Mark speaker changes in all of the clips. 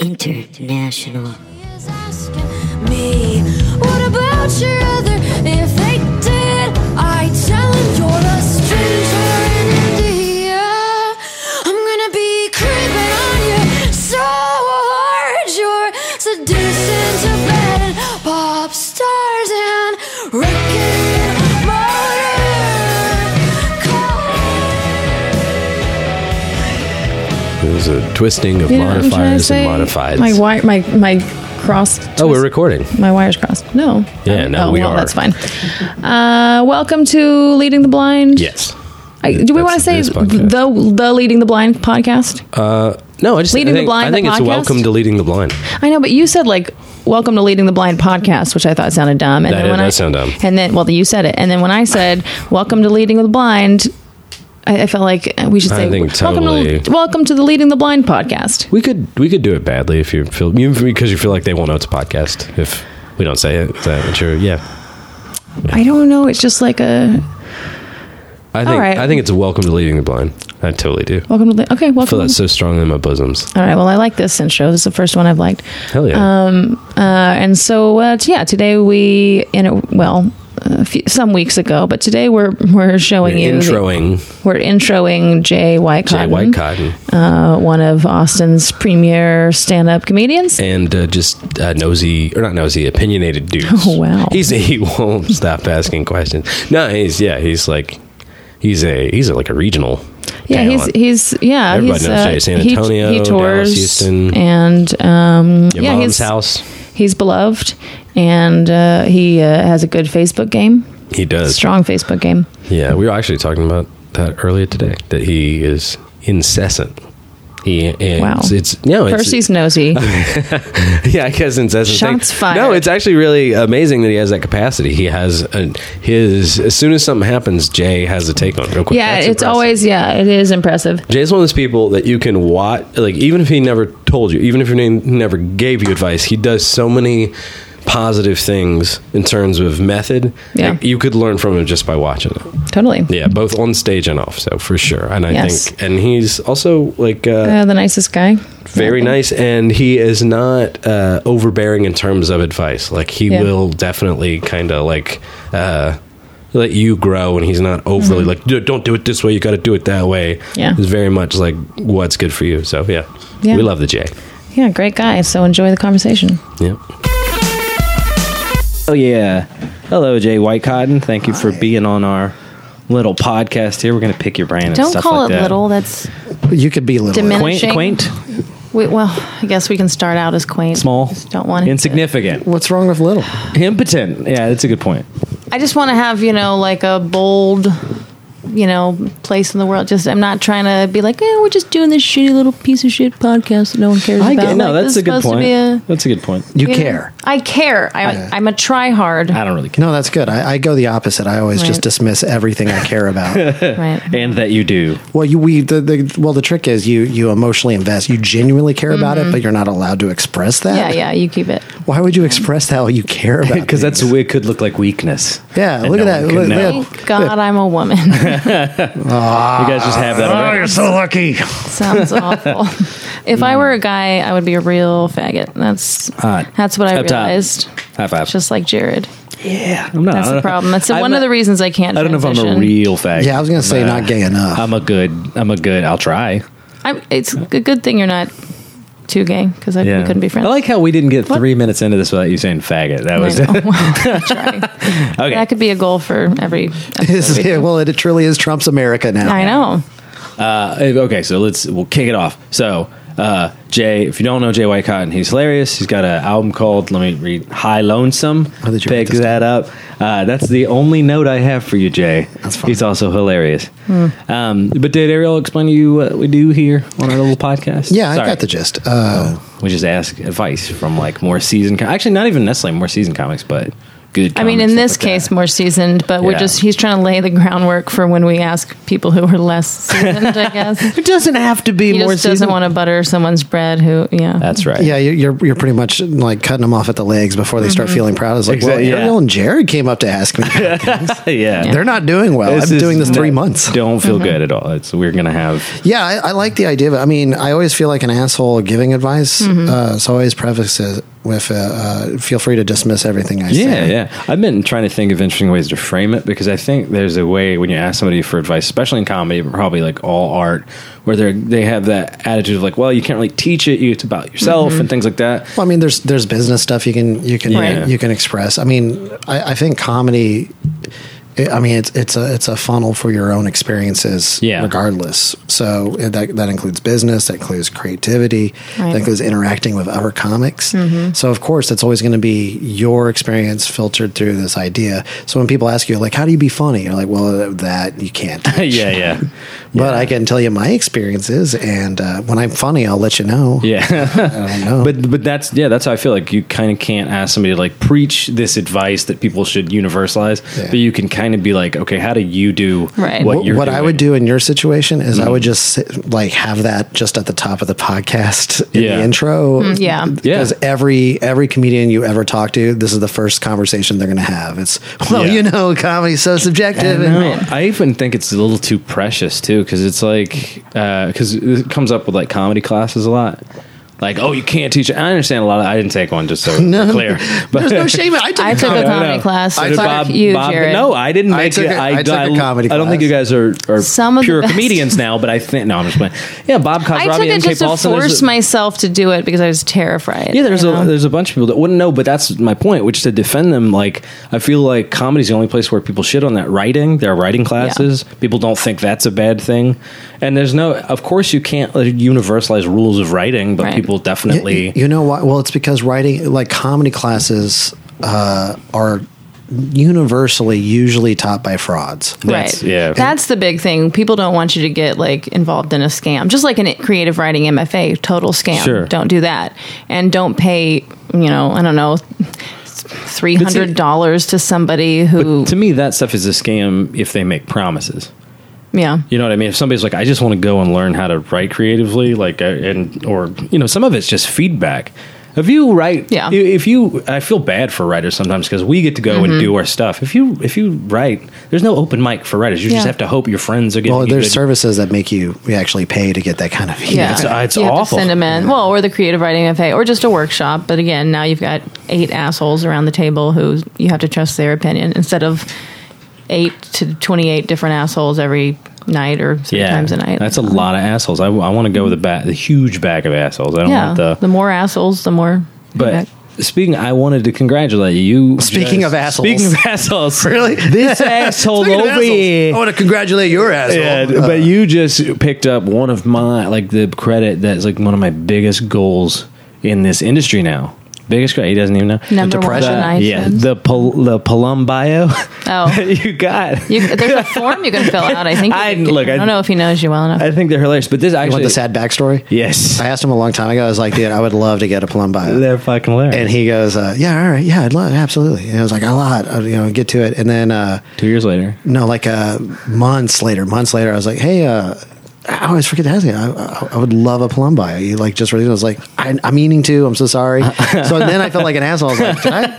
Speaker 1: International.
Speaker 2: is asking me, what about your other? If they did, I tell him you're a stranger in India. I'm gonna be creeping on you so hard. You're seducing Tibetan pop stars and wrecking motor
Speaker 3: There's a twisting of
Speaker 4: You know what I'm trying to
Speaker 3: modifiers
Speaker 4: say?
Speaker 3: and modifieds.
Speaker 4: My wire, my my crossed.
Speaker 3: oh, we're
Speaker 4: twist-
Speaker 3: recording.
Speaker 4: my wires crossed. No.
Speaker 3: Yeah,
Speaker 4: Oh,
Speaker 3: no,
Speaker 4: oh,
Speaker 3: we
Speaker 4: well,
Speaker 3: are.
Speaker 4: That's fine. Uh, welcome to Leading the Blind.
Speaker 3: Yes.
Speaker 4: I, do we
Speaker 3: That's
Speaker 4: want to say
Speaker 3: this podcast.
Speaker 4: the the Leading the Blind podcast?
Speaker 3: No, I just
Speaker 4: Leading
Speaker 3: I
Speaker 4: the
Speaker 3: think,
Speaker 4: Blind,
Speaker 3: I
Speaker 4: the
Speaker 3: think it's
Speaker 4: podcast?
Speaker 3: welcome to leading the blind.
Speaker 4: I know, but you said like welcome to Leading the Blind podcast, which I thought sounded dumb. And
Speaker 3: That
Speaker 4: then when
Speaker 3: does
Speaker 4: I,
Speaker 3: sound dumb.
Speaker 4: And then well, you said it. And then when I said welcome to Leading the Blind. I, I felt like we should
Speaker 3: I
Speaker 4: say
Speaker 3: think
Speaker 4: welcome,
Speaker 3: totally-
Speaker 4: to, welcome to the Leading the Blind podcast.
Speaker 3: We could we could do it badly if you feel you, because you feel like they won't know it's a podcast if we don't say it. Is that what you're- Yeah.
Speaker 4: I don't know. It's just like a
Speaker 3: I think
Speaker 4: right.
Speaker 3: I think it's welcome to leading the blind. I totally do.
Speaker 4: welcome to the okay.
Speaker 3: I feel
Speaker 4: Welcome.
Speaker 3: that so strongly in my bosoms.
Speaker 4: All right. Well, I like this since show. This is the first one I've liked.
Speaker 3: Hell yeah.
Speaker 4: Um, uh, and so, uh, t- yeah, today we, in a, well, a few, some weeks ago, but today we're we're showing
Speaker 3: You're
Speaker 4: you.
Speaker 3: introing
Speaker 4: We're introing Jay White
Speaker 3: Jay White Cotton
Speaker 4: uh, one of Austin's premier stand-up comedians.
Speaker 3: and uh, just uh, nosy or not nosy, opinionated dudes.
Speaker 4: Oh, wow.
Speaker 3: He's he won't stop asking questions. No, he's yeah, he's like he's a he's like a regional.
Speaker 4: yeah,
Speaker 3: talent.
Speaker 4: he's he's yeah.
Speaker 3: Everybody
Speaker 4: he's, uh,
Speaker 3: knows Jay. San
Speaker 4: he-
Speaker 3: Antonio,
Speaker 4: he, tours,
Speaker 3: Dallas, Houston.
Speaker 4: and um,
Speaker 3: Your
Speaker 4: yeah,
Speaker 3: mom's
Speaker 4: he's
Speaker 3: house.
Speaker 4: he's beloved, and uh, he uh, has a good Facebook game,
Speaker 3: He does.
Speaker 4: strong Facebook game.
Speaker 3: Yeah, we were actually talking about that earlier today. That he is incessant. He and
Speaker 4: Wow.
Speaker 3: it's, it's no, it's,
Speaker 4: Percy's nosy.
Speaker 3: yeah, I guess incessant. thing.
Speaker 4: Shots fired.
Speaker 3: No, it's actually really amazing that he has that capacity. He has a, his as soon as something happens, Jay has a take on it real quick.
Speaker 4: yeah,
Speaker 3: That's
Speaker 4: it's
Speaker 3: impressive.
Speaker 4: always yeah, it is impressive.
Speaker 3: Jay's one of those people that you can watch, like even if he never told you, even if he ne- never gave you advice, he does so many positive things in terms of method.
Speaker 4: Yeah.
Speaker 3: Like, you could learn from him just by watching it.
Speaker 4: Totally.
Speaker 3: Yeah, both on stage and off. So for sure, and I
Speaker 4: Yes.
Speaker 3: think, and he's also like uh,
Speaker 4: Uh, the nicest guy.
Speaker 3: very nice, and he is not uh, overbearing in terms of advice. Like he
Speaker 4: Yeah.
Speaker 3: will definitely kind of like. Uh, let you grow, and he's not overly like, "D- don't do it this way. You got to do it that way.
Speaker 4: Mm-hmm. Yeah.
Speaker 3: it's very much like what's good for you. So yeah,
Speaker 4: Yeah.
Speaker 3: we love the J.
Speaker 4: Yeah, great guy. So enjoy the conversation.
Speaker 3: Yeah,
Speaker 5: Oh yeah. Hello, Jay White Cotton. Thank you for being on our little podcast here. We're gonna pick your brain. And
Speaker 4: Don't
Speaker 5: stuff
Speaker 4: call
Speaker 5: like
Speaker 4: it
Speaker 5: that.
Speaker 4: little. That's
Speaker 6: You could be little.
Speaker 4: Dimin-
Speaker 5: Quaint,
Speaker 4: Shake.
Speaker 5: quaint,
Speaker 4: we, well. I guess we can start out as quaint.
Speaker 5: small.
Speaker 4: Just don't want it to-
Speaker 5: insignificant,
Speaker 6: What's wrong with little?
Speaker 5: impotent. Yeah, that's a good point.
Speaker 4: I just want to have you know like a bold, you know, place in the world. Just I'm not trying to be like, eh, we're just doing this shitty little piece of shit podcast that no one cares
Speaker 5: I
Speaker 4: about.
Speaker 5: get, no,
Speaker 4: Like,
Speaker 5: that's
Speaker 4: this
Speaker 5: a
Speaker 4: is
Speaker 5: good
Speaker 4: supposed to
Speaker 5: point.
Speaker 4: be a-
Speaker 5: that's a good point.
Speaker 6: You care.
Speaker 4: I care. I, I'm a try hard.
Speaker 5: I don't really care.
Speaker 6: No, that's good. I, I go the opposite. I always
Speaker 4: Right.
Speaker 6: just dismiss everything I care about.
Speaker 4: Right.
Speaker 5: And that you do.
Speaker 6: well, you we the, the well the trick is you you emotionally invest. You genuinely care about it, but you're not allowed to express that.
Speaker 4: Mm-hmm. Yeah, yeah. You keep it.
Speaker 6: Why would you express how you care about?
Speaker 5: Because that's
Speaker 6: things?
Speaker 5: it could look like weakness.
Speaker 6: Yeah,
Speaker 5: And
Speaker 6: look
Speaker 5: no one
Speaker 6: at that.
Speaker 5: could
Speaker 6: Look,
Speaker 5: know.
Speaker 6: look
Speaker 4: Thank God I'm a woman.
Speaker 5: you guys just have that.
Speaker 1: Oh,
Speaker 5: already.
Speaker 6: you're so lucky.
Speaker 4: Sounds awful. If I were a guy, I would be a real faggot. That's
Speaker 5: Hot.
Speaker 4: that's what I
Speaker 5: Up top.
Speaker 4: realized.
Speaker 5: High five.
Speaker 4: Just like Jared.
Speaker 5: yeah, I'm not.
Speaker 4: That's
Speaker 5: I
Speaker 4: the
Speaker 5: don't-
Speaker 4: problem. That's
Speaker 5: Uh, I'm
Speaker 4: one
Speaker 5: not-
Speaker 4: of the reasons I can't.
Speaker 5: I don't know if I'm a
Speaker 4: transition.
Speaker 5: real fag.
Speaker 6: Yeah, I was gonna say
Speaker 5: Nah. Um,
Speaker 6: not gay enough.
Speaker 5: I'm a good. I'm a good. I'll try.
Speaker 4: I'm, it's a good thing you're not too gay because I we couldn't be friends.
Speaker 5: I like how we didn't get three minutes into this without you saying faggot.
Speaker 4: I
Speaker 5: That was
Speaker 4: know. Well, try.
Speaker 5: okay.
Speaker 4: That could be a goal for every.
Speaker 6: It's-
Speaker 4: episode we
Speaker 6: yeah,
Speaker 4: do.
Speaker 6: well, it, truly is Trump's America now.
Speaker 4: I know.
Speaker 5: Uh, okay, so let's we'll kick it off. So uh, Jay, if you don't know Jay White Cotton, he's hilarious. He's got an album called Let Me Read High Lonesome.
Speaker 6: Oh, did you
Speaker 5: Pick
Speaker 6: write this
Speaker 5: that up. Uh, that's the only note I have for you, Jay.
Speaker 6: That's fine.
Speaker 5: he's also hilarious.
Speaker 4: Hmm.
Speaker 5: Um, but did Ariel explain to you what we do here on our little podcast?
Speaker 6: Yeah, I
Speaker 5: Sorry.
Speaker 6: got the gist. Uh,
Speaker 5: We just ask advice from like more seasoned, com- actually not even necessarily more seasoned comics, but good.
Speaker 4: I mean,
Speaker 5: comics,
Speaker 4: in
Speaker 5: stuff
Speaker 4: this
Speaker 5: like that.
Speaker 4: case, more seasoned, but we're
Speaker 5: Yeah.
Speaker 4: just, he's trying to lay the groundwork for when we ask people who are less seasoned, I guess.
Speaker 1: It doesn't have to be
Speaker 4: He
Speaker 1: more
Speaker 4: just doesn't want to butter someone's bread, who, yeah.
Speaker 5: that's right.
Speaker 6: Yeah, you- you're you're pretty much like cutting them off at the legs before they start feeling proud. It's like,
Speaker 5: Exactly, yeah.
Speaker 6: well, Ariel and Jared came up to ask me.
Speaker 5: yeah.
Speaker 6: They're not doing well. I've been
Speaker 5: is-
Speaker 6: doing this three
Speaker 5: that
Speaker 6: months.
Speaker 5: Don't
Speaker 4: Mm-hmm.
Speaker 5: feel good at all. It's we're gonna have
Speaker 6: Yeah, I, I like the idea. But I mean, I always feel like an asshole giving advice. Uh, so I always preface it with, uh, uh, "Feel free to dismiss everything I
Speaker 5: Yeah,
Speaker 6: say."
Speaker 5: yeah. I've been trying to think of interesting ways to frame it because I think there's a way when you ask somebody for advice, especially in comedy, but probably like all art, where they they have that attitude of like, well, you can't really teach it. You, it's about yourself and things like that.
Speaker 6: Well, I mean, there's there's business stuff you can you can
Speaker 5: Right.
Speaker 6: you can express. I mean, I, I think comedy. I I mean, it's it's a it's a funnel for your own experiences,
Speaker 5: Yeah.
Speaker 6: regardless. So uh, that that includes business, that includes creativity,
Speaker 4: Right.
Speaker 6: that includes interacting with other comics.
Speaker 5: Mm-hmm.
Speaker 6: So of course, it's always going to be your experience filtered through this idea. So when people ask you like, "How do you be funny?" You're like, "Well, that you can't."
Speaker 5: yeah, yeah,
Speaker 6: But I can tell you my experiences, and uh, when I'm funny, I'll let you know.
Speaker 5: yeah.
Speaker 6: I don't know.
Speaker 5: But but that's yeah, that's how I feel like you kind of can't ask somebody to like preach this advice that people should universalize,
Speaker 6: Yeah.
Speaker 5: but you can kind of be like, okay, how do you do
Speaker 4: Right.
Speaker 5: what
Speaker 4: Wh-
Speaker 5: you're
Speaker 6: what I would
Speaker 5: doing? Mm-hmm.
Speaker 6: do in your situation is I would just sit, like have that just at the top of the podcast in
Speaker 5: Yeah.
Speaker 6: the intro.
Speaker 4: Mm-hmm. yeah.
Speaker 5: Yeah.
Speaker 6: Because every every comedian you ever talk to, this is the first conversation they're going to have. It's well,
Speaker 5: Yeah.
Speaker 6: you know, comedy's so subjective.
Speaker 5: I
Speaker 6: And
Speaker 5: know. I even think it's a little too precious too, because it's like because it comes up with like comedy classes a lot. Like, oh, you can't teach. it. I understand a lot. Of, I didn't take one, just so we're clear. But
Speaker 6: there's no shame. in it. I took,
Speaker 4: I
Speaker 6: a
Speaker 4: took
Speaker 6: comedy.
Speaker 4: a comedy class.
Speaker 5: I
Speaker 4: Fuck you, Jared.
Speaker 5: No, I didn't
Speaker 6: I
Speaker 5: make
Speaker 6: took
Speaker 5: it.
Speaker 6: a-
Speaker 5: I,
Speaker 6: I took a
Speaker 5: I-
Speaker 6: comedy
Speaker 5: I don't think you guys are, are
Speaker 4: Some of the
Speaker 5: pure
Speaker 4: best.
Speaker 5: comedians now, but I think no, I'm just playing. Yeah, Bob
Speaker 4: I
Speaker 5: Cosrobby
Speaker 4: took it
Speaker 5: and K.
Speaker 4: just to
Speaker 5: Paulson. there's
Speaker 4: force
Speaker 5: a-
Speaker 4: myself to do it because I was terrified.
Speaker 5: yeah, there's
Speaker 4: you
Speaker 5: a
Speaker 4: know?
Speaker 5: there's a bunch of people that wouldn't know, but that's my point, which to defend them, like I feel like comedy's the only place where people shit on that writing. There are writing classes. People don't think that's a bad thing, and there's no. Of course, you can't like, universalize rules of writing, but
Speaker 4: Right.
Speaker 5: people definitely.
Speaker 6: You, you know why? Well, it's because writing like comedy classes uh, are universally usually taught by frauds.
Speaker 5: That's- yeah.
Speaker 4: That's the big thing. People don't want you to get like involved in a scam, just like in creative writing MFA, total scam.
Speaker 5: Sure.
Speaker 4: Don't do that, and don't pay. You know, I don't know, three hundred dollars to somebody who.
Speaker 5: to me, that stuff is a scam if they make promises.
Speaker 4: yeah.
Speaker 5: You know what I mean? If somebody's like, I just want to go and learn how to write creatively, like, uh, and or you know, some of it's just feedback. If you write,
Speaker 4: Yeah.
Speaker 5: i- If you, I feel bad for writers sometimes because we get to go
Speaker 4: Mm-hmm.
Speaker 5: and do our stuff. If you, if you write, there's no open mic for writers. You just
Speaker 4: Yeah.
Speaker 5: have to hope your friends are getting.
Speaker 6: Well,
Speaker 5: you
Speaker 6: there's
Speaker 5: good-
Speaker 6: services that make you we actually pay to get that kind of feedback.
Speaker 4: Yeah,
Speaker 5: It's- uh, it's
Speaker 4: you Have to
Speaker 5: awful.
Speaker 4: send them in. Well, or the creative writing MFA, or just a workshop. But again, now you've got eight assholes around the table who you have to trust their opinion instead of eight to twenty-eight different assholes every night or three
Speaker 5: yeah,
Speaker 4: times a night. Uh-huh.
Speaker 5: That's a lot of assholes. I, want to go with the ba- the huge bag of assholes. I don't
Speaker 4: yeah.
Speaker 5: want the.
Speaker 4: the more assholes, the more.
Speaker 5: but speaking, I wanted to congratulate you. you
Speaker 6: Speaking
Speaker 5: just-
Speaker 6: of assholes.
Speaker 5: Speaking of assholes,
Speaker 6: Really?
Speaker 5: this asshole
Speaker 6: Speaking of
Speaker 5: over
Speaker 6: assholes,
Speaker 5: here.
Speaker 6: I want to congratulate your asshole.
Speaker 5: Yeah,
Speaker 6: Uh,
Speaker 5: but you just picked up one of my like the credit that's like one of my biggest goals in this industry now. Biggest credit. He doesn't even know.
Speaker 4: Number one
Speaker 5: The-
Speaker 4: on iTunes.
Speaker 5: yeah, the pol- the Palumbio
Speaker 4: Oh,
Speaker 5: you got.
Speaker 4: you, there's a form you can fill out. I think. you
Speaker 5: I-
Speaker 4: can get-
Speaker 5: look, I-
Speaker 4: I don't know if he knows you well enough.
Speaker 5: I think they're hilarious, but this
Speaker 6: you
Speaker 5: actually
Speaker 6: want the sad backstory?
Speaker 5: Yes,
Speaker 6: I asked him a long time ago. I was like, dude, I would love to get a plum bio.
Speaker 5: they're fucking hilarious.
Speaker 6: And he goes, uh, yeah, all right. Yeah, I'd love Absolutely. And I was like, a lot. uh, You know, get to it. And then, uh,
Speaker 5: Two years later,
Speaker 6: no, like uh, months later, months later, I was like, hey, uh, I always forget to ask you. I, I, I would love a plum bio. You like just really I was like, I, I'm meaning to. I'm so sorry. so then I felt like an asshole. I was like, did I,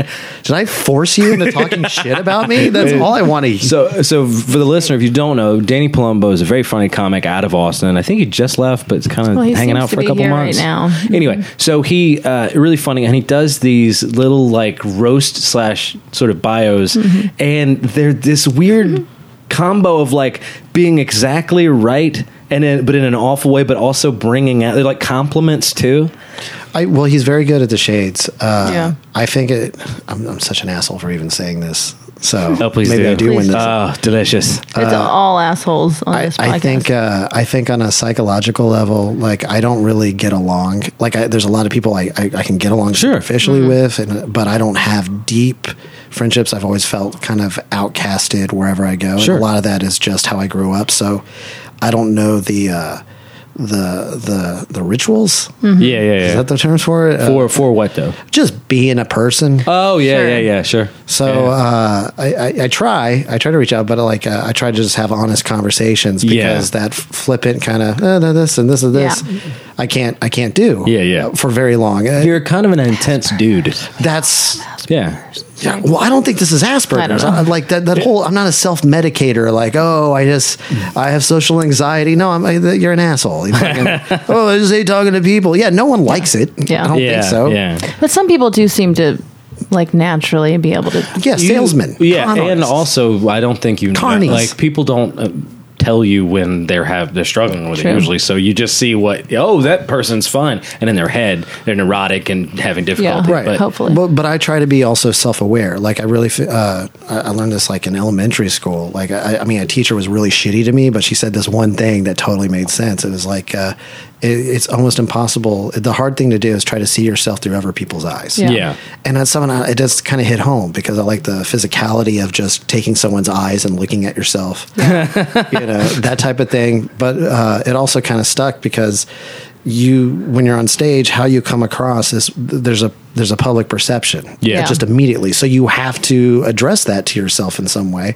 Speaker 6: did I force you into talking shit about me? That's all I want to hear.
Speaker 5: So, so for the listener, if you don't know, Danny Palumbo is a very funny comic out of Austin. I think he just left, but it's kind of
Speaker 4: Well, he
Speaker 5: hanging
Speaker 4: seems
Speaker 5: out
Speaker 4: to
Speaker 5: for a
Speaker 4: be
Speaker 5: couple
Speaker 4: here right
Speaker 5: months
Speaker 4: now.
Speaker 5: Anyway, so he uh, really funny, and he does these little like roast slash sort of bios,
Speaker 4: Mm-hmm.
Speaker 5: and they're this weird combo of like being exactly right. And then, but in an awful way, but also bringing out they're like compliments too.
Speaker 6: I, well, he's very good at the shades. Uh,
Speaker 4: Yeah.
Speaker 6: I think it. I'm, I'm such an asshole for even saying this. So
Speaker 5: Oh, please
Speaker 6: maybe
Speaker 5: do.
Speaker 6: I do win
Speaker 4: Please
Speaker 6: this.
Speaker 4: do.
Speaker 5: Oh, delicious.
Speaker 4: it's all assholes on
Speaker 6: I,
Speaker 4: this podcast.
Speaker 6: I think uh, I think on a psychological level, like I don't really get along. Like I, there's a lot of people I, I, I can get along superficially
Speaker 5: Mm-hmm.
Speaker 6: with, and but I don't have deep friendships. I've always felt kind of outcasted wherever I go. And
Speaker 5: Sure.
Speaker 6: a lot of that is just how I grew up. So I don't know the. Uh, the the the rituals.
Speaker 4: Mm-hmm.
Speaker 5: Yeah, yeah, yeah.
Speaker 6: Is that the terms for it? Uh,
Speaker 5: Mm. for for what though?
Speaker 6: just being a person.
Speaker 5: Oh yeah,
Speaker 4: Sure.
Speaker 5: yeah, yeah. Sure.
Speaker 6: So
Speaker 5: Yeah.
Speaker 6: uh, I, I, I try, I try to reach out, but like uh, I try to just have honest conversations
Speaker 5: Yeah.
Speaker 6: because that flippant kind of oh, no, this and this and this,
Speaker 4: Yeah.
Speaker 6: I can't, I can't do.
Speaker 5: Yeah, yeah.
Speaker 6: uh, For very long. Uh,
Speaker 5: you're kind of an intense dude.
Speaker 6: That's
Speaker 5: Yeah.
Speaker 6: yeah. Well, I don't think this is
Speaker 4: I don't
Speaker 6: Asperger's.
Speaker 4: know.
Speaker 6: I- like that, that whole. I'm not a self medicator. Like oh, I just I have social anxiety. No, I'm. I, you're an asshole. You fucking, oh, I just hate talking to people. Yeah, no one likes it.
Speaker 4: Yeah.
Speaker 6: I don't
Speaker 5: Yeah.
Speaker 6: think so.
Speaker 5: Yeah.
Speaker 4: But some people do seem to like naturally be able to.
Speaker 6: Yeah,
Speaker 5: You-
Speaker 6: salesman.
Speaker 5: Yeah,
Speaker 6: con
Speaker 5: and
Speaker 6: artists.
Speaker 5: also I don't think you know-
Speaker 6: Carnies.
Speaker 5: like people don't uh, tell you when they're have they're struggling with
Speaker 4: True.
Speaker 5: it usually. So you just see what oh that person's fine, and in their head they're neurotic and having difficulty.
Speaker 4: Yeah.
Speaker 6: right
Speaker 5: But
Speaker 4: Hopefully.
Speaker 6: but, but i try to be also self-aware like i really f- uh, I, I learned this like in elementary school like I, I mean a teacher was really shitty to me but she said this one thing that totally made sense it was like uh, it, it's almost impossible the hard thing to do is try to see yourself through other people's eyes
Speaker 4: Yeah.
Speaker 5: yeah.
Speaker 6: and that's something I, it just kind of hit home because I like the physicality of just taking someone's eyes and looking at yourself, you know, that type of thing. But uh, it also kind of stuck because you, when you're on stage, how you come across is there's a there's a public perception,
Speaker 5: Yeah.
Speaker 6: just immediately. So you have to address that to yourself in some way.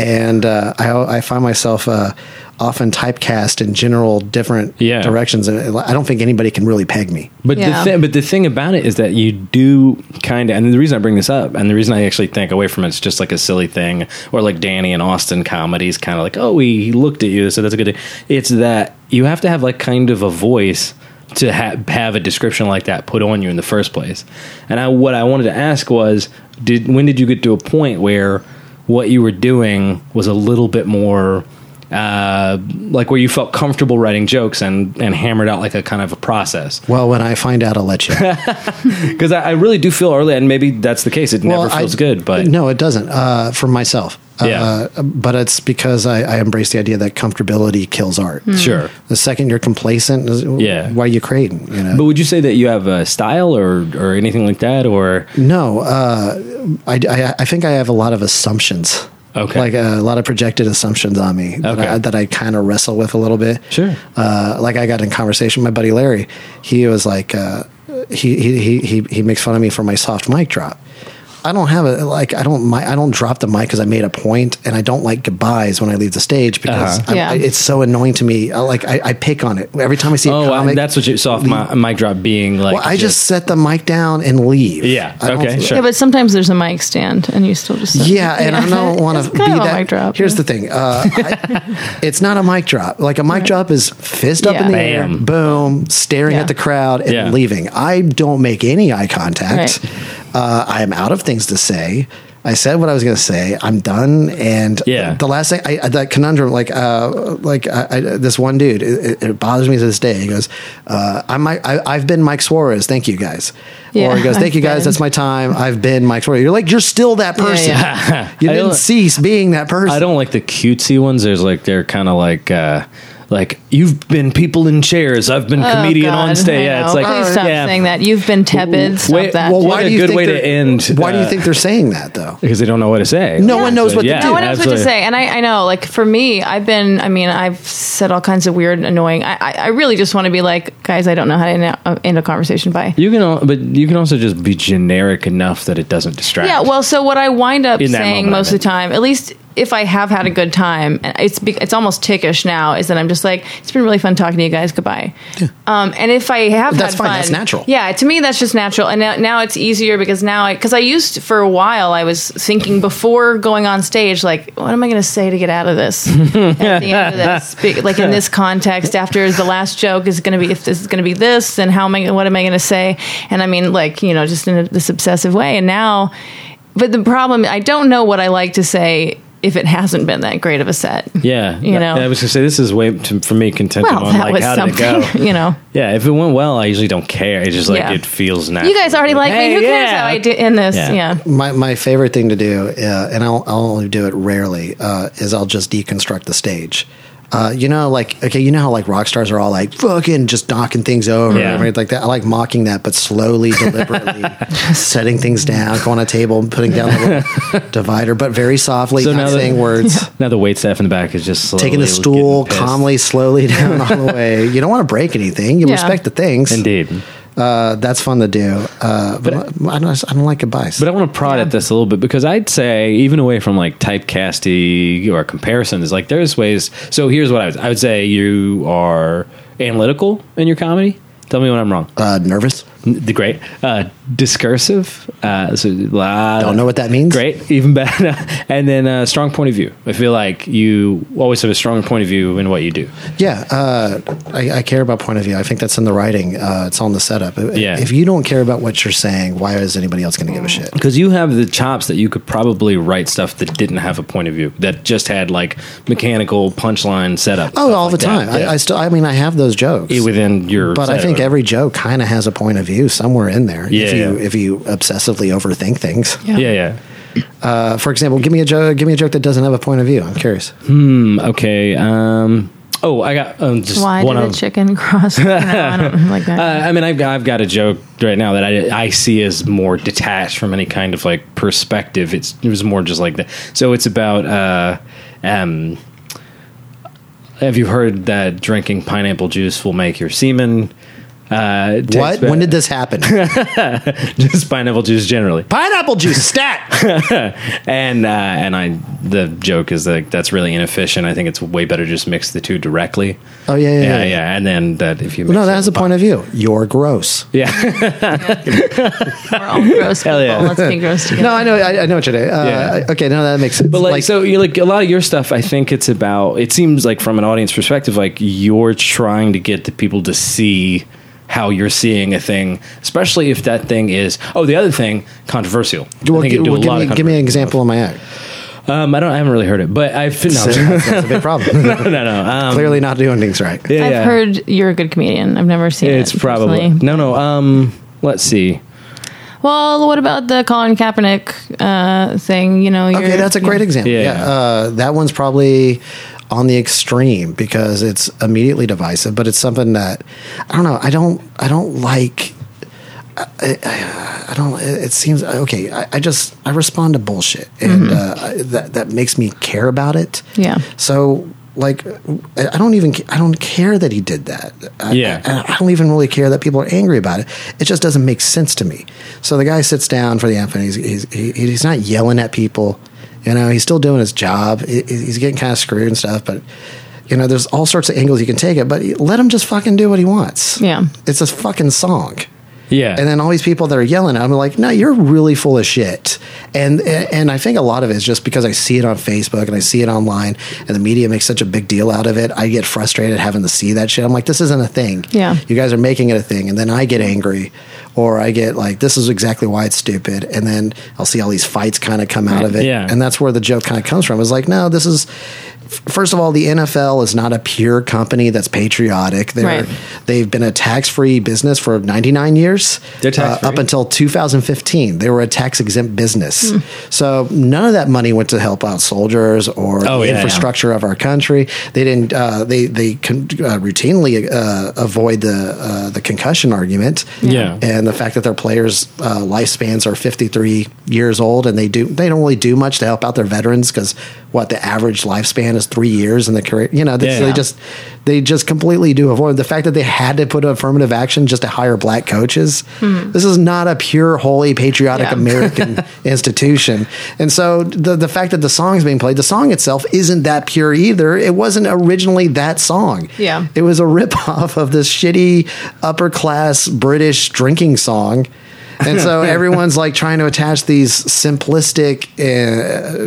Speaker 6: And uh, I, I find myself uh, often typecast in general different
Speaker 5: Yeah.
Speaker 6: directions, and I don't think anybody can really peg me.
Speaker 5: But
Speaker 4: Yeah.
Speaker 5: the thing, but the thing about it is that you do kind of, and the reason I bring this up, and the reason I actually think away from it's just like a silly thing, or like Danny and Austin comedies, kind of like, oh, we looked at you, so that's a good. It's that you have to have like kind of a voice to ha- have a description like that put on you in the first place. And I, what I wanted to ask was, did when did you get to a point where what you were doing was a little bit more uh, like where you felt comfortable writing jokes and and hammered out like a kind of a process
Speaker 6: Well, when I find out, I'll let you. know.
Speaker 5: because I, I really do feel early, and maybe that's the case. It never feels
Speaker 6: I-
Speaker 5: good, but
Speaker 6: no, it doesn't. Uh, for myself,
Speaker 5: Yeah.
Speaker 6: Uh, but it's because I, I embrace the idea that comfortability kills art.
Speaker 5: sure.
Speaker 6: The second you're complacent, is-
Speaker 5: Yeah.
Speaker 6: why are you creating? You know,
Speaker 5: But would you say that you have a style or or anything like that, or
Speaker 6: no. Uh, I, I I think I have a lot of assumptions.
Speaker 5: Okay.
Speaker 6: Like uh, a lot of projected assumptions on me that
Speaker 5: Okay.
Speaker 6: I, that I kind of wrestle with a little bit.
Speaker 5: Sure.
Speaker 6: Uh, like I got in conversation with my buddy Larry. He was like, uh, he, he, he, he, he makes fun of me for my soft mic drop. I don't have a, like, I don't, mi- I don't drop the mic cause I made a point and I don't like goodbyes when I leave the stage because
Speaker 5: Uh-huh.
Speaker 6: I'm-
Speaker 4: Yeah.
Speaker 6: I- it's so annoying to me. I, like I, I pick on it every time I see a
Speaker 5: oh, I,
Speaker 6: comic.
Speaker 5: that's what you saw off my mic drop being like.
Speaker 6: well, I just set the mic down and leave.
Speaker 5: Yeah,
Speaker 6: I don't-
Speaker 5: okay, sure.
Speaker 4: Yeah, but sometimes there's a mic stand, and you still just
Speaker 6: Yeah, and I don't want to
Speaker 4: It's
Speaker 6: be
Speaker 4: kind of a
Speaker 6: that.
Speaker 4: mic drop,
Speaker 6: Here's
Speaker 4: yeah.
Speaker 6: the thing: uh, I, it's not a mic drop. Like a mic drop is fist up
Speaker 4: Yeah.
Speaker 6: in the air,
Speaker 5: Bam.
Speaker 6: boom, staring
Speaker 4: Yeah.
Speaker 6: at the crowd and
Speaker 5: Yeah.
Speaker 6: leaving. I don't make any eye contact.
Speaker 4: Right.
Speaker 6: Uh, I am out of things to say. I said what I was going to say. I'm done. And
Speaker 5: Yeah.
Speaker 6: the last thing, I, that conundrum, like, uh, like I, I, this one dude, it, it- it bothers me to this day. He goes, uh, "I'm Mike. I, I've been Mike Suarez. Thank you guys."
Speaker 4: Yeah,
Speaker 6: or he goes, "Thank
Speaker 4: I've
Speaker 6: you guys.
Speaker 4: been.
Speaker 6: That's my time. I've been Mike Suarez." You're like, you're still that
Speaker 4: Yeah,
Speaker 6: person.
Speaker 4: yeah.
Speaker 6: You
Speaker 5: I
Speaker 6: didn't
Speaker 5: don't-
Speaker 6: cease being that person.
Speaker 5: I don't like the cutesy ones. There's like they're kind of like. uh like you've been people in chairs, I've been comedian
Speaker 4: Oh, God,
Speaker 5: on stage.
Speaker 4: I
Speaker 5: Yeah,
Speaker 4: know.
Speaker 5: it's like
Speaker 4: please stop
Speaker 5: yeah,
Speaker 4: saying that. You've been tepid. Stop
Speaker 5: Wait,
Speaker 4: that.
Speaker 5: well,
Speaker 4: Well,
Speaker 5: why- What a good way to
Speaker 6: they're-
Speaker 5: end,
Speaker 6: Why do
Speaker 5: uh,
Speaker 6: you think they're saying that though?
Speaker 5: because they don't know what to say.
Speaker 6: No one knows
Speaker 5: So,
Speaker 6: what to
Speaker 5: yeah,
Speaker 6: do.
Speaker 4: no one knows what to
Speaker 5: absolutely.
Speaker 4: say, and I, I know. Like for me, I've been. I mean, I've said all kinds of weird, annoying. I, I, I really just want to be like, guys, I don't know how to end a, end a conversation by.
Speaker 5: You can, al- but you can also just be generic enough that it doesn't distract.
Speaker 4: Yeah, well, so what I wind up
Speaker 5: In that
Speaker 4: saying
Speaker 5: moment,
Speaker 4: most
Speaker 5: I
Speaker 4: of the time, at least if I have had a good time, and it's be, it's almost tickish now, is that I'm just like, it's been really fun talking to you guys. Goodbye. Um, and if I have
Speaker 6: That's
Speaker 4: had
Speaker 6: fine.
Speaker 4: fun-
Speaker 6: That's natural.
Speaker 4: Yeah, to me that's just natural, and now, now it's easier because now I because I used to- for a while I was thinking before going on stage like, what am I going to say to get out of this? at the end of this, be- like in this context, after the last joke is going to be if this is going to be this, then how am I? What am I going to say? And I mean, like you know, just in a, this obsessive way. And now, but the problem, I don't know what I like to say if it hasn't been that great of a set.
Speaker 5: Yeah,
Speaker 4: You know?
Speaker 5: I was gonna say this is way to, for me contingent
Speaker 4: Well,
Speaker 5: on
Speaker 4: that
Speaker 5: like
Speaker 4: was
Speaker 5: how did
Speaker 4: something,
Speaker 5: it go.
Speaker 4: you know.
Speaker 5: Yeah, if it went well, I usually don't care. It's just like
Speaker 4: Yeah.
Speaker 5: it feels natural.
Speaker 4: You guys already like me.
Speaker 5: Hey,
Speaker 4: Who cares
Speaker 5: yeah.
Speaker 4: how I did in this?
Speaker 5: Yeah.
Speaker 4: Yeah.
Speaker 6: My my favorite thing to do, uh, and I'll I'll only do it rarely, uh, is I'll just deconstruct the stage. uh, you know, like okay, you know how like rock stars are all like fucking just knocking things over
Speaker 5: Yeah.
Speaker 6: and everything like that. I like mocking that, but slowly, deliberately setting things down, going on a table and putting down the little divider, but very softly,
Speaker 5: So now
Speaker 6: not
Speaker 5: that-
Speaker 6: saying words.
Speaker 5: Now the wait staff in the back is just slowly
Speaker 6: Taking the
Speaker 5: getting
Speaker 6: stool
Speaker 5: pissed.
Speaker 6: calmly, slowly down all the way. You don't want to break anything. You
Speaker 4: Yeah.
Speaker 6: respect the things.
Speaker 5: Indeed.
Speaker 6: Uh, that's fun to do. Uh, but, I, don't, I don't like advice.
Speaker 5: But I want to prod at this a little bit because I'd say even away from like typecasty or comparisons, like there's ways. So here's what I would I would say: you are analytical in your comedy. Tell me when I'm wrong.
Speaker 6: uh, nervous.
Speaker 5: N- Great, uh, discursive. Uh, so la-
Speaker 6: Don't know what that means.
Speaker 5: Great, even better. and then uh, strong point of view. I feel like you always have a strong point of view in what you do.
Speaker 6: Yeah, uh, I, I care about point of view. I think that's in the writing. Uh, it's on the setup. If-
Speaker 5: Yeah.
Speaker 6: If you don't care about what you're saying, why is anybody else going to give a shit?
Speaker 5: Because you have the chops that you could probably write stuff that didn't have a point of view, that just had like mechanical punchline setup.
Speaker 6: Oh,
Speaker 5: stuff
Speaker 6: all
Speaker 5: like
Speaker 6: the
Speaker 5: that.
Speaker 6: time.
Speaker 5: Yeah.
Speaker 6: I, I still. I mean, I have those jokes.
Speaker 5: within your.
Speaker 6: but I
Speaker 5: setup.
Speaker 6: think every joke kind of has a point of view somewhere in there.
Speaker 5: Yeah.
Speaker 6: If you if you obsessively overthink things.
Speaker 5: Yeah, yeah.
Speaker 6: Uh, for example, give me a joke. Give me a joke that doesn't have a point of view. I'm curious.
Speaker 5: Mm, Okay. Um. Oh, I got um, just
Speaker 4: Why
Speaker 5: one
Speaker 4: did
Speaker 5: of.
Speaker 4: a chicken cross? No, I don't like that.
Speaker 5: uh, I mean, I've got, I've got a joke right now that I, I see as more detached from any kind of like perspective. It's it was more just like that. So it's about uh, um, have you heard that drinking pineapple juice will make your semen? Uh, it takes
Speaker 6: What?
Speaker 5: ba-
Speaker 6: When did this happen?
Speaker 5: just pineapple juice generally?
Speaker 6: Pineapple juice stat.
Speaker 5: and uh, and I the joke is like that's really inefficient. I think it's way better just mix the two directly.
Speaker 6: Oh yeah, yeah, yeah.
Speaker 5: yeah, yeah, And then that if you mix
Speaker 6: No,
Speaker 5: it
Speaker 6: that has a
Speaker 5: with
Speaker 6: point of view. You're gross.
Speaker 5: Yeah.
Speaker 4: We're all gross people.
Speaker 5: yeah.
Speaker 4: Let's be gross together.
Speaker 6: No, I know. I, I know what you're doing. Uh,
Speaker 5: Yeah.
Speaker 6: Okay, no, that makes sense.
Speaker 5: But like, so you like a lot of your stuff I think it's about it seems like from an audience perspective like you're trying to get the people to see how you're seeing a thing, especially if that thing is oh the other thing controversial.
Speaker 6: well,
Speaker 5: I think
Speaker 6: gi-
Speaker 5: you do
Speaker 6: well,
Speaker 5: a
Speaker 6: give,
Speaker 5: lot
Speaker 6: me,
Speaker 5: of
Speaker 6: give me
Speaker 5: controversial
Speaker 6: an example of my act.
Speaker 5: stuff. Um I don't I haven't really heard it, but I've
Speaker 6: So
Speaker 5: no,
Speaker 6: that's, that's a big problem.
Speaker 5: no no no. Um,
Speaker 6: Clearly not doing things right.
Speaker 5: yeah,
Speaker 4: I've
Speaker 5: yeah.
Speaker 4: heard you're a good comedian. I've never seen
Speaker 5: it's
Speaker 4: it.
Speaker 5: probably
Speaker 4: personally.
Speaker 5: no no um let's see.
Speaker 4: Well, what about the Colin Kaepernick uh, thing? You know, you're,
Speaker 6: Okay, that's a great example.
Speaker 5: Yeah.
Speaker 6: Yeah, Uh, that one's probably on the extreme because it's immediately divisive, but it's something that I don't know. I don't. I don't like. I, I, I don't. It it seems okay. I, I just I respond to bullshit, and uh I that that makes me care about it.
Speaker 4: Yeah.
Speaker 6: So like, I I don't even. I don't care that he did that. I,
Speaker 5: Yeah.
Speaker 6: I- I don't even really care that people are angry about it. It just doesn't make sense to me. So the guy sits down for the anthem. He's he's, he, he's not yelling at people. You know, he's still doing his job. He- He's getting kind of screwed and stuff, but. You know, there's all sorts of angles you can take it, but let him just fucking do what he wants.
Speaker 4: Yeah.
Speaker 6: It's a fucking song.
Speaker 5: Yeah.
Speaker 6: And then all these people that are yelling, I'm like, no, you're really full of shit. And and I think a lot of it is just because I see it on Facebook and I see it online, and the media makes such a big deal out of it. I get frustrated having to see that shit. I'm like, this isn't a thing.
Speaker 4: Yeah.
Speaker 6: you guys are making it a thing, and then I get angry, or I get like, this is exactly why it's stupid. And then I'll see all these fights kind of come out of it,
Speaker 5: Yeah.
Speaker 6: and that's where the joke kind of comes from. It's like, no, this is. f- First of all, the NFL is not a pure company that's patriotic. They're,
Speaker 4: Right.
Speaker 6: They've been a tax-free business for 99 years. uh,
Speaker 5: They're tax-free.
Speaker 6: up until 2015. They were a tax-exempt business, so none of that money went to help out soldiers or
Speaker 5: Oh,
Speaker 6: the
Speaker 5: yeah, yeah.
Speaker 6: infrastructure of our country. They didn't. Uh, they they con- uh, routinely uh, avoid the uh, the concussion argument.
Speaker 5: Yeah.
Speaker 6: and the fact that their players' uh, lifespans are 53 years old, and they do they don't really do much to help out their veterans because what the average lifespan is three years in the career. You know,
Speaker 5: Yeah.
Speaker 6: so they just just- they just completely do avoid the fact that they had to put affirmative action just to hire black coaches. This is not a pure, holy, patriotic
Speaker 4: Yeah.
Speaker 6: American institution, and so the the fact that the song's being played, the song itself isn't that pure either. It wasn't originally that song.
Speaker 4: Yeah.
Speaker 6: it was a ripoff of this shitty upper class British drinking song. and so everyone's like trying to attach these simplistic,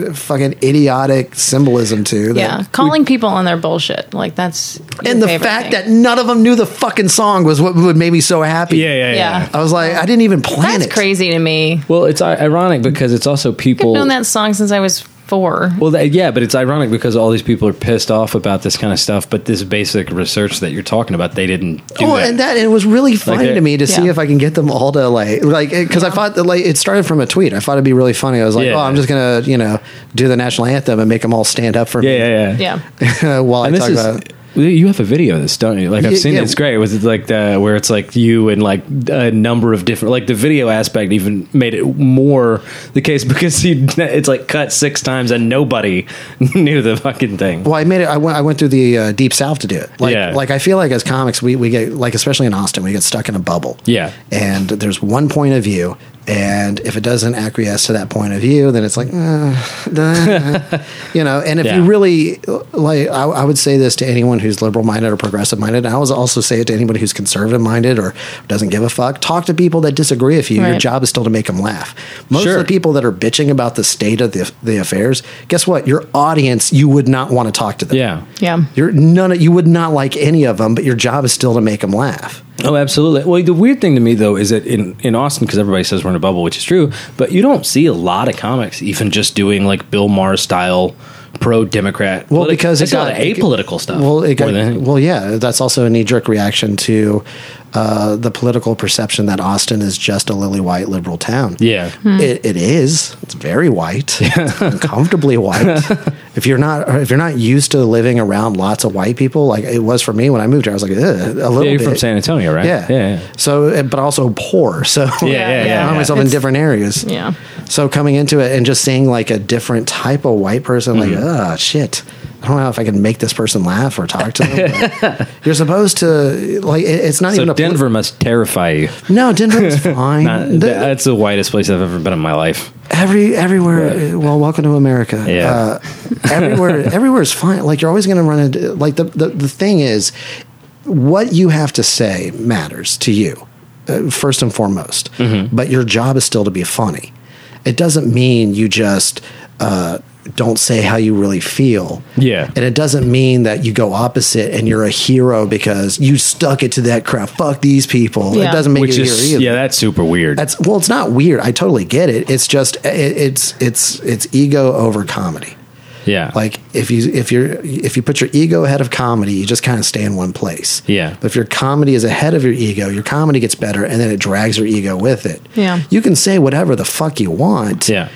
Speaker 6: uh, fucking idiotic symbolism to that
Speaker 4: yeah, calling people on their bullshit. Like that's your
Speaker 6: and the
Speaker 4: favorite
Speaker 6: fact
Speaker 4: thing.
Speaker 6: that none of them knew the fucking song was what would make me so happy.
Speaker 5: yeah, yeah, yeah.
Speaker 4: Yeah.
Speaker 6: I was like, I didn't even plan
Speaker 4: that's
Speaker 6: it.
Speaker 4: crazy to me.
Speaker 5: Well, it's i- ironic because it's also
Speaker 4: I've
Speaker 5: people
Speaker 4: known that song since I was for.
Speaker 5: Well, that, yeah, but it's ironic because all these people are pissed off about this kind of stuff, but this basic research that you're talking about, they didn't do
Speaker 6: Oh,
Speaker 5: that.
Speaker 6: and that and it was really funny
Speaker 5: that-
Speaker 6: to me to see
Speaker 4: Yeah.
Speaker 6: if I can get them all to like like because I thought that like it started from a tweet. I thought it'd be really funny. I was like,
Speaker 5: Yeah.
Speaker 6: oh, I'm just gonna you know do the national anthem and make them all stand up for
Speaker 5: yeah, yeah, yeah.
Speaker 4: yeah.
Speaker 6: me while
Speaker 5: And this
Speaker 6: I talk
Speaker 5: is
Speaker 6: about. it.
Speaker 5: you have a video of this, don't you? Like I've
Speaker 6: Yeah,
Speaker 5: seen
Speaker 6: yeah.
Speaker 5: it. It's great. Was it like the where it's like you and like a number of different like the video aspect even made it more the case because you it's like cut six times and nobody knew the fucking thing.
Speaker 6: Well, I made it. I went. I went through the uh, deep south to do it. Like,
Speaker 5: Yeah.
Speaker 6: like I feel like as comics, we, we get like especially in Austin, we get stuck in a bubble.
Speaker 5: Yeah.
Speaker 6: And there's one point of view, and if it doesn't acquiesce to that point of view, then it's like, uh, duh. you know. And if
Speaker 5: Yeah.
Speaker 6: you really like, I, I would say this to anyone who's liberal minded or progressive minded. I would also say it to anybody who's conservative minded or doesn't give a fuck. Talk to people that disagree with you. Your
Speaker 4: Right.
Speaker 6: job is still to make them laugh. Most
Speaker 5: Sure.
Speaker 6: of the people people that are bitching about the state of the, the affairs, guess what? Your audience, you would not want to talk to them.
Speaker 5: Yeah.
Speaker 4: Yeah.
Speaker 6: You're none of, you would not like any of them, but your job is still to make them laugh.
Speaker 5: Oh, absolutely. Well, the weird thing to me though is that in in Austin, because everybody says we're in a bubble, which is true, but you don't see a lot of comics even just doing like Bill Maher style pro Democrat.
Speaker 6: Well, because
Speaker 5: it's
Speaker 6: it
Speaker 5: a lot of
Speaker 6: got-
Speaker 5: apolitical stuff.
Speaker 6: Well, it got,
Speaker 5: Oh, more than anything.
Speaker 6: well, yeah, that's also a knee jerk reaction to uh, the political perception that Austin is just a lily white liberal town.
Speaker 5: yeah.
Speaker 6: It, it is. It's very white, It's uncomfortably white. if you're not if you're not used to living around lots of white people, like it was for me when I moved here, I was like, Ugh, a little
Speaker 5: Yeah, you're
Speaker 6: bit.
Speaker 5: from San Antonio, right?
Speaker 6: Yeah.
Speaker 5: yeah, yeah.
Speaker 6: So, uh, but also poor. So
Speaker 5: yeah,
Speaker 4: yeah,
Speaker 6: I
Speaker 4: yeah.
Speaker 6: found myself in
Speaker 4: It's-
Speaker 6: different areas.
Speaker 4: Yeah.
Speaker 6: So coming into it and just seeing like a different type of white person, like,
Speaker 5: Mm-hmm.
Speaker 6: oh shit. I don't know if I can make this person laugh or talk to them. but You're supposed to like it- it's not even
Speaker 5: So
Speaker 6: a poli-
Speaker 5: Denver must terrify you.
Speaker 6: No, Denver is fine.
Speaker 5: Not,
Speaker 6: The-
Speaker 5: that's the whitest place I've ever been in my life.
Speaker 6: every everywhere. uh, Well, welcome to America.
Speaker 5: Yeah.
Speaker 6: Uh, everywhere, everywhere is fine. Like you're always going to run into. Like the, the the thing is, what you have to say matters to you uh, first and foremost.
Speaker 5: Mm-hmm.
Speaker 6: But your job is still to be funny. It doesn't mean you just. Uh, don't say how you really feel.
Speaker 5: Yeah.
Speaker 6: And it doesn't mean that you go opposite and you're a hero because you stuck it to that crowd. Fuck these people. It
Speaker 4: Yeah.
Speaker 6: doesn't make
Speaker 5: Which
Speaker 6: you a hero
Speaker 5: is
Speaker 6: either.
Speaker 5: yeah, that's super weird.
Speaker 6: That's well, it's not weird. I totally get it. It's just it, it's it's it's ego over comedy.
Speaker 5: yeah,
Speaker 6: Like if you if you're if you put your ego ahead of comedy, you just kind of stay in one place.
Speaker 5: Yeah.
Speaker 6: But if your comedy is ahead of your ego, your comedy gets better, and then it drags your ego with it.
Speaker 4: Yeah.
Speaker 6: You can say whatever the fuck you want.
Speaker 5: yeah.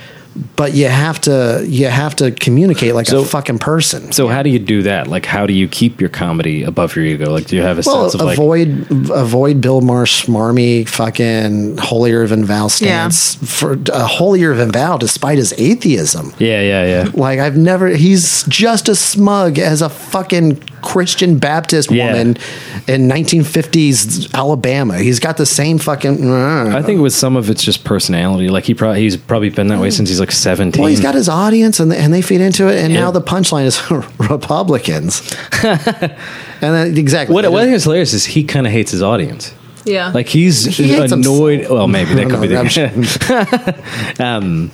Speaker 6: But you have to you have to communicate like
Speaker 5: So-
Speaker 6: a fucking person.
Speaker 5: So how do you do that? Like, how do you keep your comedy above your ego? Like, do you have a
Speaker 6: well,
Speaker 5: sense of like?
Speaker 6: avoid avoid Bill Maher's smarmy fucking holier than thou stance for uh, holier than thou, despite his atheism.
Speaker 5: yeah, yeah, yeah.
Speaker 6: Like I've never. He's just as smug as a fucking Christian Baptist
Speaker 5: Yeah.
Speaker 6: woman in 1950s Alabama. He's got the same fucking. uh,
Speaker 5: I think with some of it's just personality. Like he probably he's probably been that way since he's like seventeen.
Speaker 6: Well, he's got his audience, and and they feed into it. And
Speaker 5: Yeah.
Speaker 6: now the punchline is Republicans. and then, exactly
Speaker 5: what what is hilarious is he kind of hates his audience.
Speaker 4: Yeah.
Speaker 5: Like he's
Speaker 6: He hates
Speaker 5: annoyed. Well, maybe that
Speaker 6: No,
Speaker 5: could be
Speaker 6: no,
Speaker 5: the. um,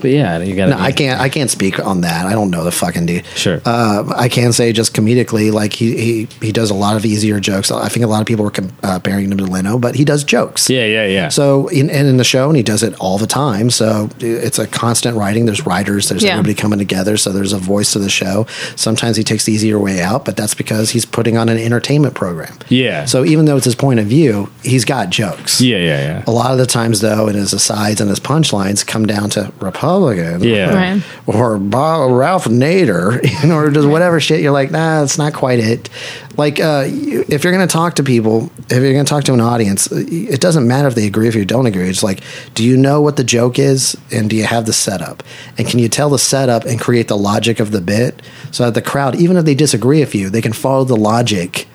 Speaker 5: but yeah, you got.
Speaker 6: No, I can't. I can't speak on that. I don't know the fucking dude.
Speaker 5: Sure.
Speaker 6: Uh, I can say just comedically, like he, he he does a lot of easier jokes. I think a lot of people were uh, comparing him to Leno, but he does jokes.
Speaker 5: Yeah, yeah, yeah.
Speaker 6: So in, and in the show, and he does it all the time. So it's a constant writing. There's writers. There's
Speaker 4: Yeah.
Speaker 6: everybody coming together. So there's a voice to the show. Sometimes he takes the easier way out, but that's because he's putting on an entertainment program.
Speaker 5: Yeah.
Speaker 6: So even though it's his point of view, he's got jokes.
Speaker 5: yeah, yeah, yeah.
Speaker 6: A lot of the times, though, and his asides and his punchlines come down to Republican
Speaker 5: Yeah.
Speaker 4: Right.
Speaker 6: or Bob, Ralph Nader, you know, or just whatever shit. You're like, nah, that's not quite it. Like, uh, you- if you're going to talk to people, if you're going to talk to an audience, it doesn't matter if they agree if you don't agree. It's like, do you know what the joke is, and do you have the setup, and can you tell the setup and create the logic of the bit so that the crowd, even if they disagree with you, they can follow the logic.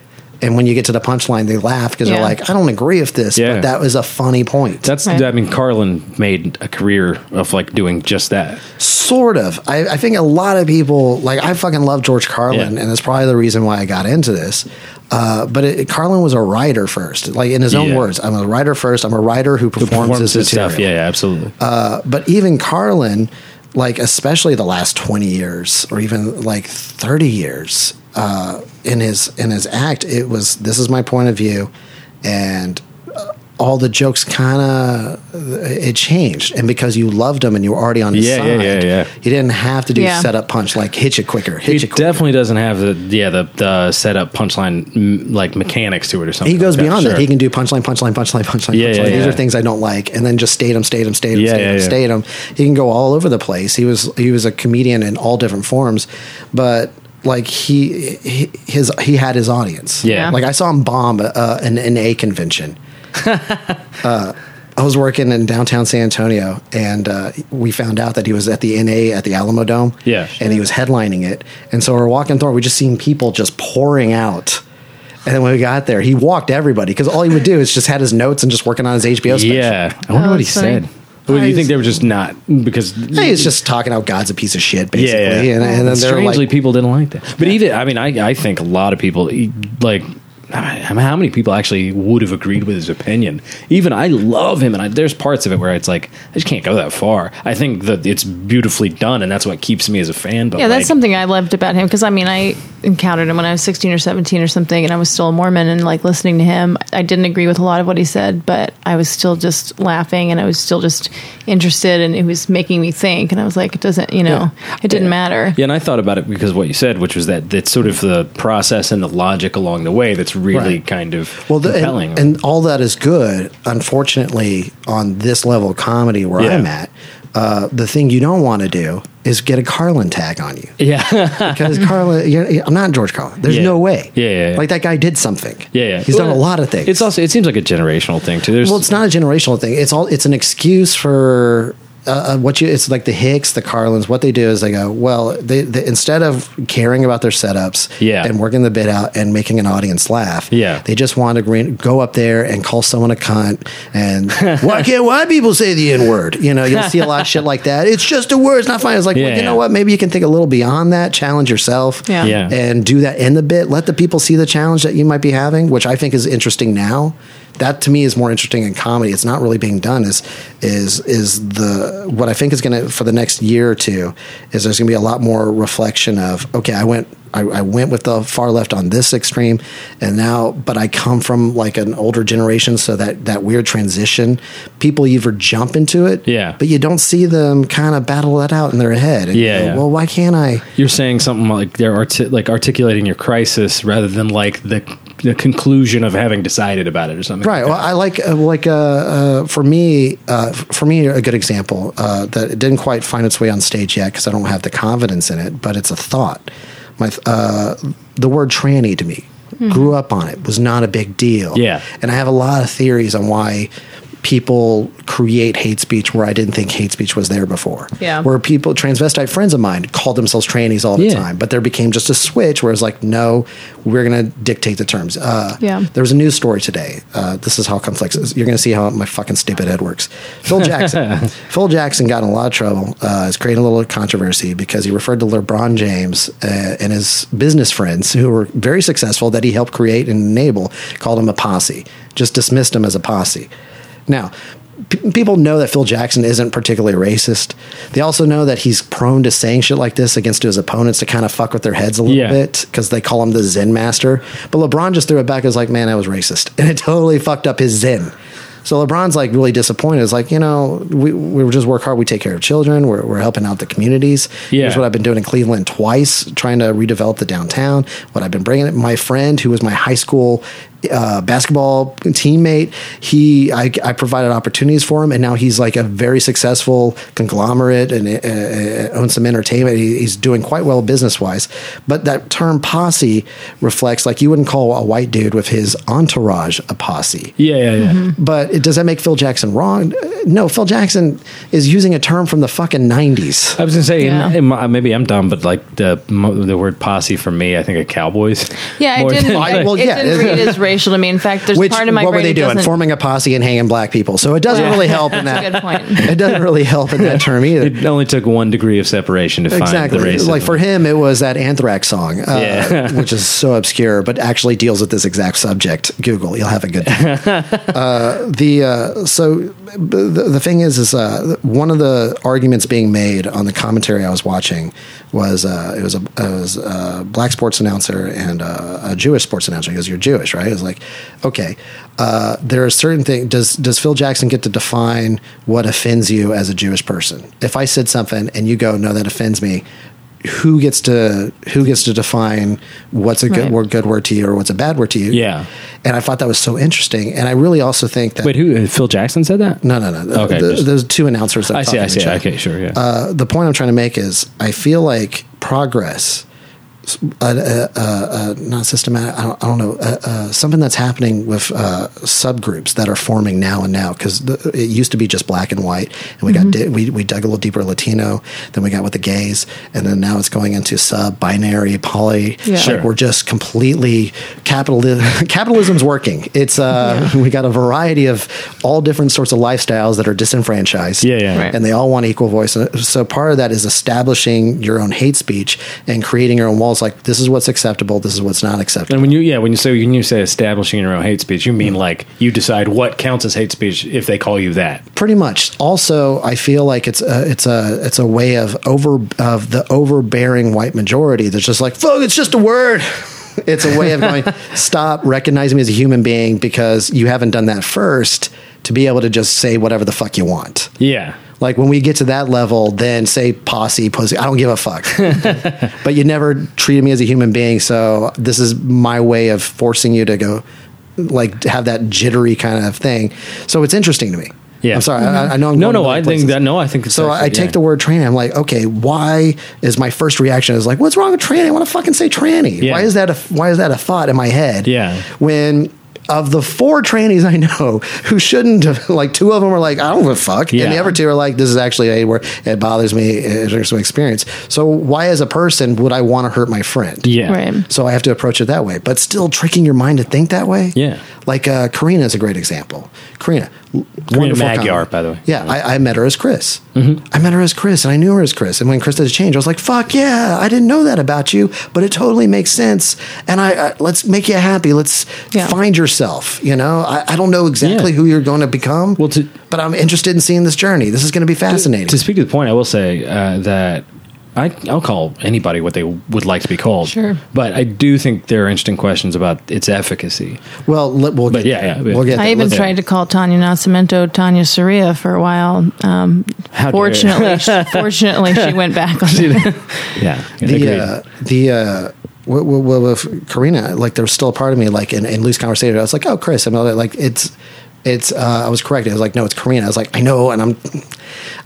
Speaker 6: And when you get to the punchline, they laugh because
Speaker 4: Yeah.
Speaker 6: they're like, "I don't agree with this,
Speaker 5: Yeah.
Speaker 6: but that was a funny point."
Speaker 5: That's
Speaker 4: Right.
Speaker 5: I mean Carlin made a career of like doing just that.
Speaker 6: sort of. I, I think a lot of people like I fucking love George Carlin,
Speaker 5: Yeah.
Speaker 6: and that's probably the reason why I got into this. Uh, but it, Carlin was a writer first, like in his own
Speaker 5: Yeah.
Speaker 6: words. I'm a writer first. I'm a writer who performs,
Speaker 5: his
Speaker 6: his, material.
Speaker 5: stuff. Yeah, yeah, absolutely.
Speaker 6: Uh, but even Carlin, like especially the last twenty years or even like thirty years uh, in his in his act, it was this is my point of view, and uh, all the jokes kind of it changed, and because you loved them and you were already on his
Speaker 5: Yeah,
Speaker 6: side,
Speaker 5: yeah, yeah, yeah.
Speaker 6: you didn't have to do
Speaker 4: Yeah.
Speaker 6: setup punch like hit you quicker, hit you
Speaker 5: It
Speaker 6: quicker.
Speaker 5: definitely doesn't have the yeah the, the setup punchline m- like mechanics to it or something.
Speaker 6: He goes
Speaker 5: like
Speaker 6: beyond
Speaker 5: sure.
Speaker 6: that. He can do punchline, punchline, punchline, punchline,
Speaker 5: Yeah,
Speaker 6: punchline.
Speaker 5: yeah,
Speaker 6: These
Speaker 5: yeah.
Speaker 6: are things I don't like. And then just statum, statum, statum,
Speaker 5: Yeah,
Speaker 6: statum,
Speaker 5: yeah, yeah.
Speaker 6: statum. He can go all over the place. He was he was a comedian in all different forms, but like he, he his he had his audience.
Speaker 5: Yeah.
Speaker 6: Like I saw him bomb uh, an NA convention. uh, I was working in downtown San Antonio, and uh, we found out that he was at the NA at the Alamo Dome.
Speaker 5: Yeah.
Speaker 6: and he was headlining it. And so we're walking through, we just seen people just pouring out. And then when we got there, he walked everybody because all he would do is just had his notes and just working on his HBO special.
Speaker 5: yeah. Mm-hmm. I wonder
Speaker 4: Oh,
Speaker 5: what he
Speaker 4: that's funny.
Speaker 5: said. Well, you think they were just not because
Speaker 6: Hey, he's just talking out God's a piece of
Speaker 5: yeah,
Speaker 6: shit, basically.
Speaker 5: yeah.
Speaker 6: And, and then they're
Speaker 5: strangely
Speaker 6: like,
Speaker 5: people didn't like that. But even I mean I I think a lot of people e- like. I mean, how many people actually would have agreed with his opinion? Even I love him, and I, there's parts of it where it's like I just can't go that far. I think that it's beautifully done, and that's what keeps me as a fan. But
Speaker 4: Yeah, that's
Speaker 5: like,
Speaker 4: something I loved about him because I mean, I encountered him when I was 16 or 17 or something, and I was still a Mormon. And like listening to him, I didn't agree with a lot of what he said, but I was still just laughing and I was still just interested, and it was making me think. And I was like, it doesn't, you know, it didn't matter.
Speaker 5: Yeah, and I thought about it because what you said, which was that it's sort of the process and the logic along the way that's really
Speaker 6: Right.
Speaker 5: kind of
Speaker 6: well, the,
Speaker 5: compelling.
Speaker 6: and, and all that is good. Unfortunately, on this level of comedy where
Speaker 5: Yeah.
Speaker 6: I'm at, uh, the thing you don't want to do is get a Carlin tag on you.
Speaker 5: yeah,
Speaker 6: Because Carlin, you're, I'm not George Carlin. There's
Speaker 5: Yeah.
Speaker 6: no way.
Speaker 5: Yeah, yeah, yeah.
Speaker 6: Like that guy did something.
Speaker 5: yeah, yeah.
Speaker 6: He's done a lot of things.
Speaker 5: It's also it seems like a generational thing too. There's
Speaker 6: well, it's not a generational thing. It's all it's an excuse for uh, uh, what you. It's like the Hicks, the Carlins. What they do is they go, well, they, they instead of caring about their setups,
Speaker 5: Yeah.
Speaker 6: and working the bit out and making an audience laugh,
Speaker 5: Yeah.
Speaker 6: they just want to grin- go up there and call someone a cunt and why can't white people say the n word? You know, you'll see a lot of shit like that. It's just a word. It's not fine. It's like, well,
Speaker 5: Yeah,
Speaker 6: you
Speaker 5: yeah.
Speaker 6: know what? Maybe you can think a little beyond that. Challenge yourself
Speaker 4: Yeah.
Speaker 5: Yeah.
Speaker 6: and do that in the bit. Let the people see the challenge that you might be having, which I think is interesting now. That to me is more interesting in comedy. It's not really being done. Is is is the what I think is going to for the next year or two is there's going to be a lot more reflection of okay, I went I, I went with the far left on this extreme, and now but I come from like an older generation, so that that weird transition, people either jump into it,
Speaker 5: Yeah.
Speaker 6: but you don't see them kind of battle that out in their head. And you
Speaker 5: Yeah,
Speaker 6: go,
Speaker 5: yeah.
Speaker 6: well, why can't I?
Speaker 5: you're saying something like they're arti- like articulating your crisis rather than like the the conclusion of having decided about it or something.
Speaker 6: Right. Well, I like uh, like uh, uh, for me uh, f- for me a good example uh, that it didn't quite find its way on stage yet because I don't have the confidence in it, but it's a thought. My th- uh, the word tranny to me
Speaker 4: Mm-hmm.
Speaker 6: grew up on it was not a big deal.
Speaker 5: Yeah.
Speaker 6: and I have a lot of theories on why people create hate speech where I didn't think hate speech was there before.
Speaker 4: Yeah.
Speaker 6: where people transvestite friends of mine called themselves trannies all the
Speaker 5: Yeah.
Speaker 6: time, but there became just a switch where it's like, no, we're gonna dictate the terms. Uh,
Speaker 4: Yeah.
Speaker 6: there was a news story today. Uh, this is how complex it is. You're going to see how my fucking stupid head works. Phil Jackson. Phil Jackson got in a lot of trouble. Uh, it's creating a little controversy because he referred to LeBron James uh, and his business friends, who were very successful, that he helped create and enable, called him a posse. Just dismissed him as a posse. Now, p- people know that Phil Jackson isn't particularly racist. They also know that he's prone to saying shit like this against his opponents to kind of fuck with their heads a little
Speaker 5: Yeah.
Speaker 6: bit because they call him the Zen master. But LeBron just threw it back as like, man, I was racist, and it totally fucked up his Zen. So LeBron's like really disappointed. It's like, you know, we we just work hard. We take care of children. We're, we're helping out the communities.
Speaker 5: Yeah.
Speaker 6: Here's what I've been doing in Cleveland twice, trying to redevelop the downtown. What I've been bringing it. My friend, who was my high school uh, basketball teammate, he I, I provided opportunities for him, and now he's like a very successful conglomerate and uh, uh, owns some entertainment. He, he's doing quite well business wise. But that term posse reflects like you wouldn't call a white dude with his entourage a posse.
Speaker 5: Yeah, yeah, yeah.
Speaker 6: But it, does that make Phil Jackson wrong? Uh, No, Phil Jackson is using a term from the fucking nineties.
Speaker 5: I was gonna say
Speaker 4: Yeah.
Speaker 5: in, in my, maybe I'm dumb, but like the mo- the word posse for me, I think of cowboys.
Speaker 4: Yeah, it
Speaker 5: More
Speaker 4: didn't.
Speaker 5: than-
Speaker 6: I- well,
Speaker 4: it
Speaker 6: yeah.
Speaker 4: didn't read as racial to me. In fact, there's
Speaker 6: Which
Speaker 4: part of my
Speaker 6: what
Speaker 4: brain
Speaker 6: were they
Speaker 4: that
Speaker 6: doing?
Speaker 4: doesn't-
Speaker 6: Forming a posse and hanging black people. So it doesn't
Speaker 4: Yeah.
Speaker 6: really help in
Speaker 4: That's a
Speaker 6: that.
Speaker 4: good point.
Speaker 6: It doesn't really help in that term either.
Speaker 5: It only took one degree of separation to
Speaker 6: exactly.
Speaker 5: find the racism.
Speaker 6: Like for him, it was that Anthrax song, uh,
Speaker 5: Yeah.
Speaker 6: which is so obscure, but actually deals with this exact subject. Google, you'll have a good. Time. uh, the uh, so b- the, the thing is, is uh, one of the arguments being made on the commentary I was watching was uh, it was a it was a black sports announcer and a, a Jewish sports announcer. He goes, "You're Jewish, right?" It was like, okay, uh, there are certain things. Does does Phil Jackson get to define what offends you as a Jewish person? If I said something and you go, no, that offends me. Who gets to who gets to define what's a good
Speaker 4: Right.
Speaker 6: word, good word to you or what's a bad word to you?
Speaker 5: Yeah.
Speaker 6: and I thought that was so interesting, and I really also think that
Speaker 5: Wait, who? Phil Jackson said that?
Speaker 6: no, no, no.
Speaker 5: Okay,
Speaker 6: The-
Speaker 5: just-
Speaker 6: those two announcers. That
Speaker 5: I see.
Speaker 6: talked
Speaker 5: I
Speaker 6: to
Speaker 5: see.
Speaker 6: each other.
Speaker 5: Okay, sure. Yeah.
Speaker 6: Uh, the point I'm trying to make is, I feel like progress, uh, uh, uh, uh, not systematic. I don't, I don't know uh, uh, something that's happening with uh, subgroups that are forming now and now because it used to be just black and white, and we got di- we we dug a little deeper Latino, then we got with the gays, and then now it's going into sub binary poly.
Speaker 4: Yeah.
Speaker 6: Like,
Speaker 5: Sure.
Speaker 6: we're just completely capitalism. capitalism's working. It's uh, we got a variety of all different sorts of lifestyles that are disenfranchised.
Speaker 5: Yeah, yeah.
Speaker 4: Right.
Speaker 6: And they all want equal voice. So part of that is establishing your own hate speech and creating your own walls. Like this is what's acceptable. This is what's not acceptable.
Speaker 5: and when you yeah when you say when you say establishing your own hate speech, you mean like you decide what counts as hate speech if they call you that.
Speaker 6: Pretty much. Also, I feel like it's a it's a it's a way of over of the overbearing white majority that's just like fuck. It's just a word. It's a way of going stop recognizing me as a human being because you haven't done that first to be able to just say whatever the fuck you want.
Speaker 5: Yeah.
Speaker 6: Like when we get to that level, then say posse, pussy. I don't give a fuck. but you never treated me as a human being, so this is my way of forcing you to go, like to have that jittery kind of thing. So it's interesting to me.
Speaker 5: Yeah.
Speaker 6: I'm sorry. I, I know. I'm
Speaker 5: No, no.
Speaker 6: going to other
Speaker 5: I
Speaker 6: places.
Speaker 5: think that no. I think it's
Speaker 6: So I,
Speaker 5: actually-
Speaker 6: take
Speaker 5: yeah.
Speaker 6: the word tranny. I'm like, okay, why is my first reaction is like, what's wrong with tranny? I want to fucking say tranny.
Speaker 5: Yeah.
Speaker 6: Why is that? A, why is that a thought in my head?
Speaker 5: Yeah.
Speaker 6: When of the four trannies I know who shouldn't have, like two of them are like, I don't give a fuck. And
Speaker 5: Yeah.
Speaker 6: the other two are like, this is actually a word. It bothers me. It's an experience. So why as a person would I want to hurt my friend?
Speaker 5: yeah
Speaker 4: Right.
Speaker 6: So I have to approach it that way, but still tricking your mind to think that way.
Speaker 5: Yeah.
Speaker 6: Like uh, Karina is a great example. Karina, l- wonderful
Speaker 5: Magyar,
Speaker 6: comic.
Speaker 5: by the way. Mm-hmm.
Speaker 6: Yeah, I, I met her as Chris. I met her as Chris, and I knew her as Chris. And when Chris did a change, I was like, "Fuck yeah! I didn't know that about you, but it totally makes sense." And I, I let's make you happy. Let's
Speaker 4: Yeah.
Speaker 6: find yourself. You know, I, I don't know exactly
Speaker 5: Yeah.
Speaker 6: who you're going to become.
Speaker 5: Well, to-
Speaker 6: but I'm interested in seeing this journey. This is going to be fascinating.
Speaker 5: To speak to the point, I will say uh, that I, I'll call anybody what they would like to be called.
Speaker 4: Sure.
Speaker 5: But I do think there are interesting questions about its efficacy.
Speaker 6: well, let, we'll get
Speaker 5: yeah,
Speaker 6: there.
Speaker 5: yeah, yeah.
Speaker 6: we'll get.
Speaker 4: I
Speaker 6: there.
Speaker 4: even
Speaker 6: Let's-
Speaker 4: tried to call Tanya Nascimento Tanya Soria for a while. Um,
Speaker 5: How dare
Speaker 4: fortunately, fortunately, she went back on it.
Speaker 5: Yeah.
Speaker 6: the uh, the uh, what, what, what with Karina, like there was still a part of me, like in, in loose conversation, I was like, oh, Chris, I'm like, it's it's. Uh, I was correct. I was like, no, it's Karina. I was like, I know, and I'm.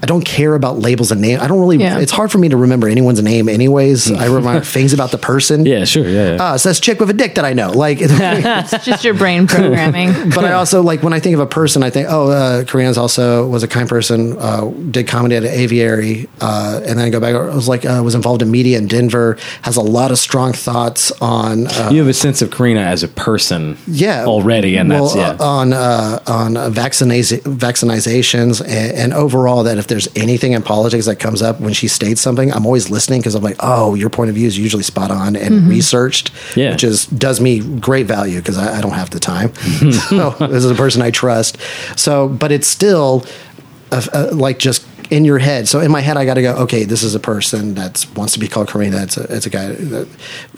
Speaker 6: I don't care about labels and name. I don't really.
Speaker 4: Yeah.
Speaker 6: It's hard for me to remember anyone's name, anyways. I remember things about the person.
Speaker 5: yeah, sure. Yeah. yeah.
Speaker 6: Ah, so that's chick with a dick that I know. Like,
Speaker 4: It's just your brain programming.
Speaker 6: but I also like when I think of a person, I think, oh, uh, Koreans also was a kind person, uh, did comedy at an aviary, uh, and then I go back. I was like, uh, was involved in media in Denver, has a lot of strong thoughts on, uh,
Speaker 5: you have a sense of Karina as a person
Speaker 6: yeah,
Speaker 5: already, and
Speaker 6: well,
Speaker 5: that's yeah.
Speaker 6: uh, on uh, on vacciniz- vaccinizations and, and overall that if there's anything in politics that comes up when she states something, I'm always listening because I'm like, oh, your point of view is usually spot on and researched,
Speaker 5: Yeah.
Speaker 6: which is does me great value because I, I don't have the time. so this is a person I trust. So, but it's still uh, uh, like just. In your head, so in my head, I got to go. Okay, this is a person that wants to be called Karina. It's a, it's a guy. That,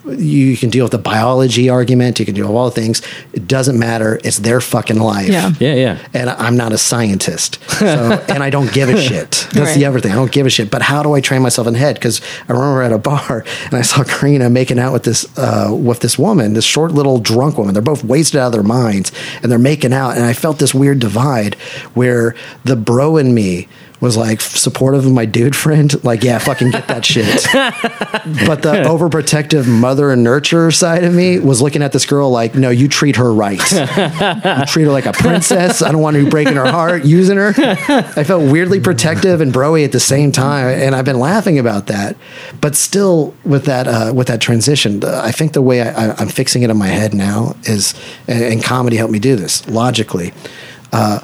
Speaker 6: you can deal with the biology argument. You can deal with all the things. It doesn't matter. It's their fucking life
Speaker 4: Yeah.
Speaker 5: yeah, yeah.
Speaker 6: and I'm not a scientist, so, and I don't give a shit. That's the
Speaker 4: Right.
Speaker 6: other thing. I don't give a shit. But how do I train myself in head? Because I remember at a bar and I saw Karina making out with this uh, with this woman, this short little drunk woman. They're both wasted out of their minds, and they're making out. And I felt this weird divide where the bro in me was like supportive of my dude friend, like yeah, fucking get that shit. but the overprotective mother and nurturer side of me was looking at this girl like, no, you treat her right treat her like a princess. I don't want to be breaking her heart, using her. I felt weirdly protective and broy at the same time, and I've been laughing about that. But still, with that uh, with that transition, uh, I think the way I, I, I'm fixing it in my head now is, and, and comedy helped me do this logically. Uh,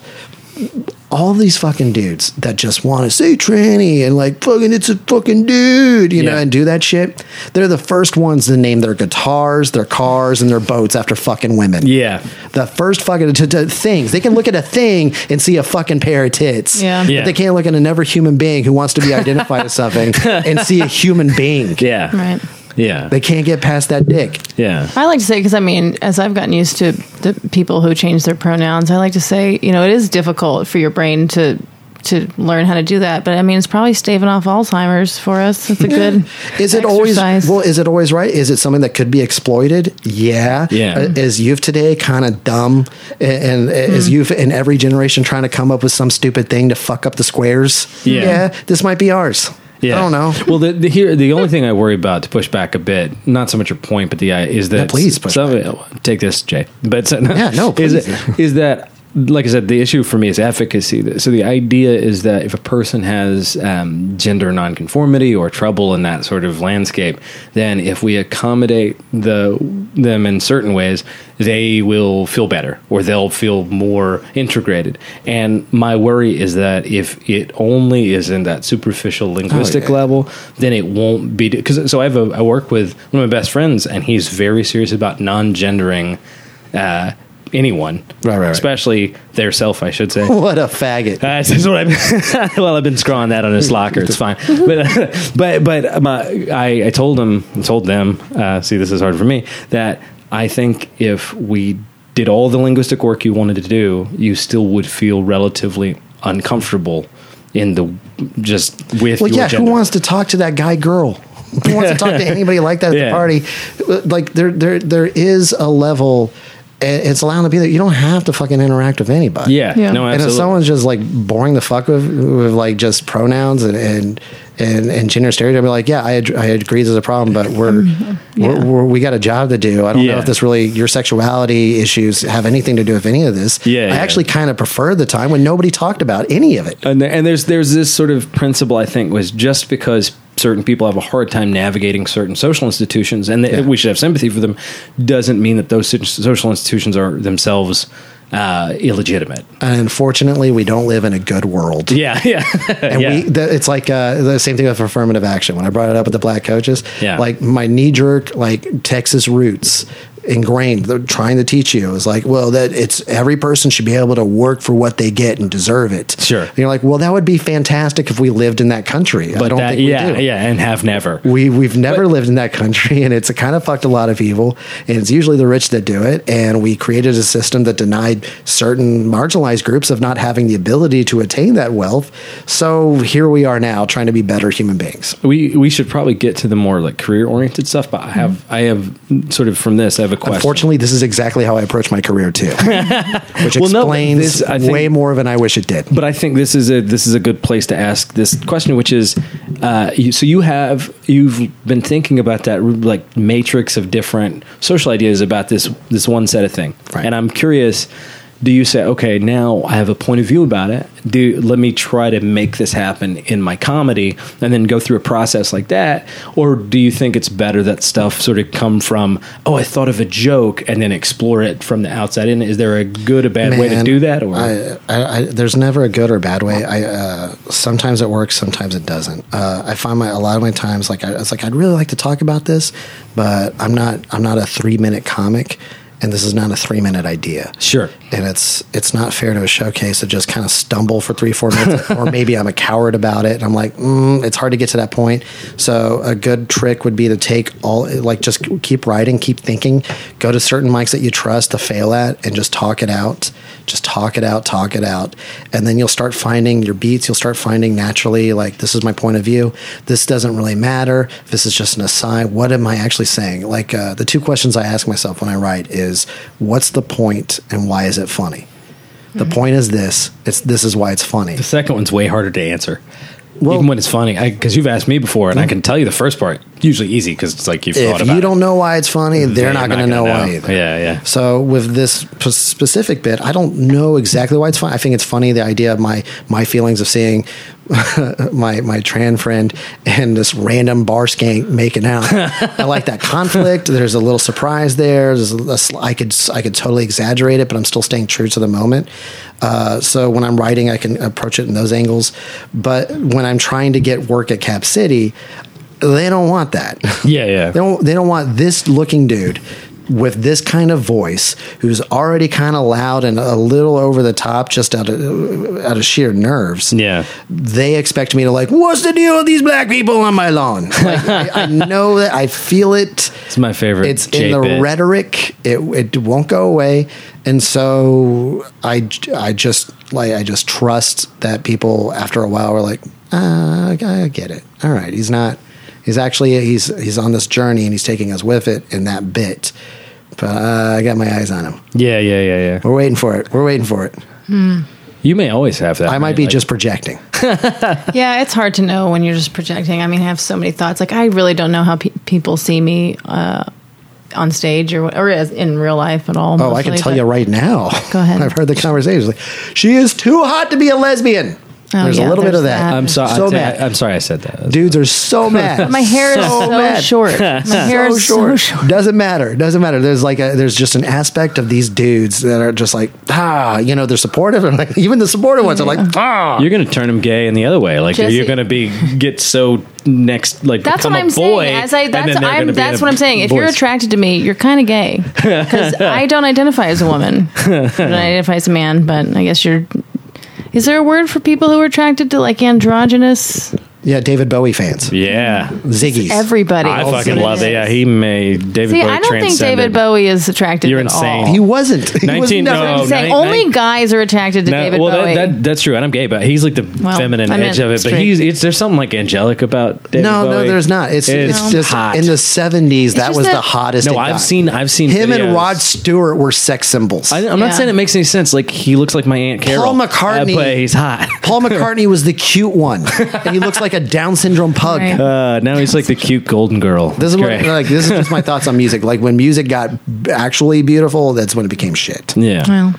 Speaker 6: all these fucking dudes that just want to say tranny and like fucking it's a fucking dude, you know,
Speaker 5: Yeah.
Speaker 6: and do that shit. They're the first ones to name their guitars, their cars, and their boats after fucking women.
Speaker 5: Yeah.
Speaker 6: The first fucking t- t- things they can look at a thing and see a fucking pair of tits.
Speaker 4: Yeah.
Speaker 5: Yeah.
Speaker 6: But they can't look at another human being who wants to be identified as something and see a human being.
Speaker 5: Yeah.
Speaker 4: Right.
Speaker 5: Yeah.
Speaker 6: They can't get past that dick.
Speaker 5: yeah.
Speaker 4: I like to say because I mean, as I've gotten used to the people who change their pronouns, I like to say, you know, it is difficult for your brain to to learn how to do that. But I mean, it's probably staving off Alzheimer's for us. It's a good.
Speaker 6: Is it always
Speaker 4: exercise.
Speaker 6: well? Is it always right? Is it something that could be exploited? Yeah.
Speaker 5: Yeah.
Speaker 6: Uh, Is youth today kind of dumb, and, and
Speaker 4: Mm.
Speaker 6: is youth in every generation trying to come up with some stupid thing to fuck up the squares?
Speaker 5: Yeah.
Speaker 6: this might be ours.
Speaker 5: Yeah.
Speaker 6: I don't know.
Speaker 5: Well, the, the, here the only thing I worry about to push back a bit, not so much your point, but the uh, is that
Speaker 6: please push
Speaker 5: some- take this, Jay. But so-
Speaker 6: Yeah, no, please.
Speaker 5: Is that, is that like I said, the issue for me is efficacy. So the idea is that if a person has um, gender nonconformity or trouble in that sort of landscape, then if we accommodate the them in certain ways, they will feel better or they'll feel more integrated. And my worry is that if it only is in that superficial linguistic
Speaker 6: yeah.
Speaker 5: level, then it won't be because. So I have a I work with one of my best friends, and he's very serious about non-gendering uh, anyone,
Speaker 6: Right, right, right.
Speaker 5: especially their self, I should say.
Speaker 6: What a faggot.
Speaker 5: Uh, this is what I'm. well, I've been scrawling that on his locker. It's fine, but but but uh, my, I I told him, told them. Uh, see, this is hard for me. That I think if we did all the linguistic work you wanted to do, you still would feel relatively uncomfortable in the just with.
Speaker 6: Well,
Speaker 5: your
Speaker 6: yeah.
Speaker 5: gender.
Speaker 6: Who wants to talk to that guy girl? Who wants to talk to anybody like that at
Speaker 5: Yeah.
Speaker 6: the party? Like there, there, there is a level. and It's allowed to be there. You don't have to fucking interact with anybody.
Speaker 5: Yeah,
Speaker 4: Yeah.
Speaker 5: no, absolutely.
Speaker 6: And if someone's just like boring the fuck with, with like just pronouns and and and, and gender stereotype, I'd be like, yeah, I, ad- I agree this is a problem, but we're, we're, we're we got a job to do. I don't
Speaker 5: Yeah.
Speaker 6: know if this really your sexuality issues have anything to do with any of this.
Speaker 5: Yeah,
Speaker 6: I
Speaker 5: yeah.
Speaker 6: actually kind of preferred the time when nobody talked about any of it.
Speaker 5: and, there- and there's there's this sort of principle I think was just because certain people have a hard time navigating certain social institutions, and that we should have sympathy for them, doesn't mean that those so- social institutions are themselves uh, illegitimate.
Speaker 6: And unfortunately, we don't live in a good world.
Speaker 5: Yeah, yeah,
Speaker 6: And
Speaker 5: yeah.
Speaker 6: we, the, it's like uh, the same thing with affirmative action. When I brought it up with the black coaches,
Speaker 5: Yeah.
Speaker 6: like my knee jerk, like Texas roots ingrained, they're trying to teach you is like, well, that it's every person should be able to work for what they get and deserve it.
Speaker 5: Sure.
Speaker 6: And you're like, well, that would be fantastic if we lived in that country. I don't
Speaker 5: That-
Speaker 6: think we
Speaker 5: yeah,
Speaker 6: do.
Speaker 5: yeah, and have never.
Speaker 6: We, we've never lived in that country and it's kind of fucked a lot of people and it's usually the rich that do it and we created a system that denied certain marginalized groups of not having the ability to attain that wealth so here we are now trying to be better human beings
Speaker 5: We we should probably get to the more like career oriented stuff, but I have I have sort of from this I have a question.
Speaker 6: Unfortunately, this is exactly how I approach my career too, which
Speaker 5: Well, no,
Speaker 6: explains
Speaker 5: this- I think-
Speaker 6: way more than I wish it did.
Speaker 5: but I think this is a this is a good place to ask this question, which is, uh, you, so you have you've been thinking about that like matrix of different social ideas about this this one set of thing,
Speaker 6: Right.
Speaker 5: and I'm curious. Do you say, okay, now I have a point of view about it? Do let me try to make this happen in my comedy, and then go through a process like that, or do you think it's better that stuff sort of come from, oh, I thought of a joke, and then explore it from the outside in? Is there a good or bad way to
Speaker 6: Man,
Speaker 5: do that? Or
Speaker 6: I, I, I, there's never a good or bad way. I uh, sometimes it works, sometimes it doesn't. Uh, I find my a lot of my times like I, it's like I'd really like to talk about this, but I'm not. I'm not a three minute comic, and this is not a three minute idea.
Speaker 5: Sure.
Speaker 6: And it's it's not fair to a showcase to just kind of stumble for three four minutes, or maybe I'm a coward about it. And I'm like, mm, it's hard to get to that point. So a good trick would be to take all like just keep writing, keep thinking, go to certain mics that you trust to fail at, and just talk it out. Just talk it out, talk it out, and then you'll start finding your beats. You'll start finding naturally like this is my point of view. This doesn't really matter. This is just an aside. What am I actually saying? Like uh, the two questions I ask myself when I write is, what's the point and why is it funny? The point is this. It's this is why it's funny.
Speaker 5: The second one's way harder to answer.
Speaker 6: Well-
Speaker 5: Even when it's funny, because you've asked me before, and I can tell you the first part usually easy because it's like you've thought
Speaker 6: If
Speaker 5: about.
Speaker 6: you
Speaker 5: it.
Speaker 6: don't know why it's funny, they're, not, going to
Speaker 5: gonna
Speaker 6: know why either.
Speaker 5: Yeah, yeah.
Speaker 6: So with this p- specific bit, I don't know exactly why it's funny. I think it's funny the idea of my my feelings of seeing my my tran friend and this random bar skank making out. I like that conflict. There's a little surprise there. There's a, a sl- I could s- I could totally exaggerate it, but I'm still staying true to the moment. Uh, so when I'm writing, I can approach it in those angles. But when I'm trying to get work at Cap City. They don't want that.
Speaker 5: Yeah, yeah.
Speaker 6: They don't, they don't want this looking dude with this kind of voice, who's already kind of loud and a little over the top, just out of out of sheer nerves.
Speaker 5: Yeah.
Speaker 6: they expect me to like, what's the deal with these black people on my lawn? Like, I, I know that I feel it.
Speaker 5: It's my favorite.
Speaker 6: It's in the
Speaker 5: J-bit.
Speaker 6: rhetoric. It it won't go away, and so I j- I just like I just trust that people after a while are like, ah, I I get it. All right, he's not. He's actually he's he's on this journey and he's taking us with it in that bit. But uh, I got my eyes on him.
Speaker 5: Yeah, yeah, yeah, yeah.
Speaker 6: We're waiting for it. We're waiting for it.
Speaker 5: You may always have that.
Speaker 6: I might
Speaker 5: right?
Speaker 6: be
Speaker 5: Like,
Speaker 6: just projecting.
Speaker 4: Yeah, it's hard to know when you're just projecting. I mean, I have so many thoughts. Like, I really don't know how pe- people see me uh, on stage or what- or as in real life at all.
Speaker 6: Oh, I can tell you right now.
Speaker 4: Go ahead.
Speaker 6: I've heard the conversation. Like, she is too hot to be a lesbian.
Speaker 4: Oh,
Speaker 6: there's
Speaker 4: yeah,
Speaker 6: a little bit
Speaker 4: there's
Speaker 6: of that.
Speaker 4: that.
Speaker 5: I'm sorry.
Speaker 6: So
Speaker 5: I'm,
Speaker 6: mad.
Speaker 5: I'm sorry I said that.
Speaker 6: Dudes are so mad.
Speaker 4: My hair is so,
Speaker 6: mad.
Speaker 4: short. My hair is so short.
Speaker 6: Doesn't matter. Doesn't matter. There's like a there's just an aspect of these dudes that are just like ah, you know, they're supportive and like even the supportive ones are like ah.
Speaker 5: You're going to turn him gay in the other way. Like
Speaker 4: Jesse-
Speaker 5: you're going to be get so next like
Speaker 4: That's
Speaker 5: become
Speaker 4: what I'm
Speaker 5: a boy.
Speaker 4: saying. As I,
Speaker 5: and then
Speaker 4: that's
Speaker 5: they're
Speaker 4: I'm,
Speaker 5: gonna be
Speaker 4: that's
Speaker 5: a
Speaker 4: what I'm saying. If you're
Speaker 5: voice.
Speaker 4: attracted to me, you're kind of gay because I don't identify as a woman. I don't identify as a man, but I guess you're. Is there a word for people who are attracted to like androgynous?
Speaker 6: yeah, David Bowie fans,
Speaker 5: yeah,
Speaker 6: Ziggy's.
Speaker 4: Everybody,
Speaker 5: I fucking
Speaker 4: is.
Speaker 5: love it. Yeah, he made David.
Speaker 4: See,
Speaker 5: Bowie
Speaker 4: I don't think David
Speaker 5: transcended-
Speaker 4: Bowie is attracted.
Speaker 5: You're
Speaker 4: at
Speaker 5: insane. Oh,
Speaker 4: All.
Speaker 6: he wasn't. He was
Speaker 5: 19
Speaker 6: never-
Speaker 5: no.
Speaker 4: I'm saying
Speaker 5: nine-
Speaker 4: only
Speaker 5: nine-
Speaker 4: guys are attracted to
Speaker 5: No,
Speaker 4: David
Speaker 5: well,
Speaker 4: Bowie.
Speaker 5: that, that, that's true, and I'm gay, but he's like the
Speaker 4: Well,
Speaker 5: feminine
Speaker 4: I meant
Speaker 5: edge of it. But
Speaker 4: straight.
Speaker 5: he's it's there's something like angelic about David
Speaker 6: No, no,
Speaker 5: Bowie.
Speaker 6: there's not. It's it's, just
Speaker 5: hot.
Speaker 6: in the '70s. that
Speaker 4: just
Speaker 6: was
Speaker 4: that-
Speaker 6: the hottest.
Speaker 5: no,
Speaker 6: it
Speaker 5: I've
Speaker 6: got.
Speaker 5: seen I've seen
Speaker 6: him
Speaker 5: videos.
Speaker 6: and Rod Stewart were sex symbols.
Speaker 5: I, I'm
Speaker 4: Yeah.
Speaker 5: not saying it makes any sense. Like he looks like my aunt Carol.
Speaker 6: Paul McCartney-
Speaker 5: Uh, but he's hot.
Speaker 6: Paul McCartney was the cute one, and he looks like a Down syndrome pug.
Speaker 4: Right.
Speaker 5: Uh, now he's like the cute golden girl.
Speaker 6: This is what,
Speaker 5: Great.
Speaker 6: like this is just my thoughts on music. Like when music got actually beautiful, that's when it became shit.
Speaker 5: yeah.
Speaker 4: well,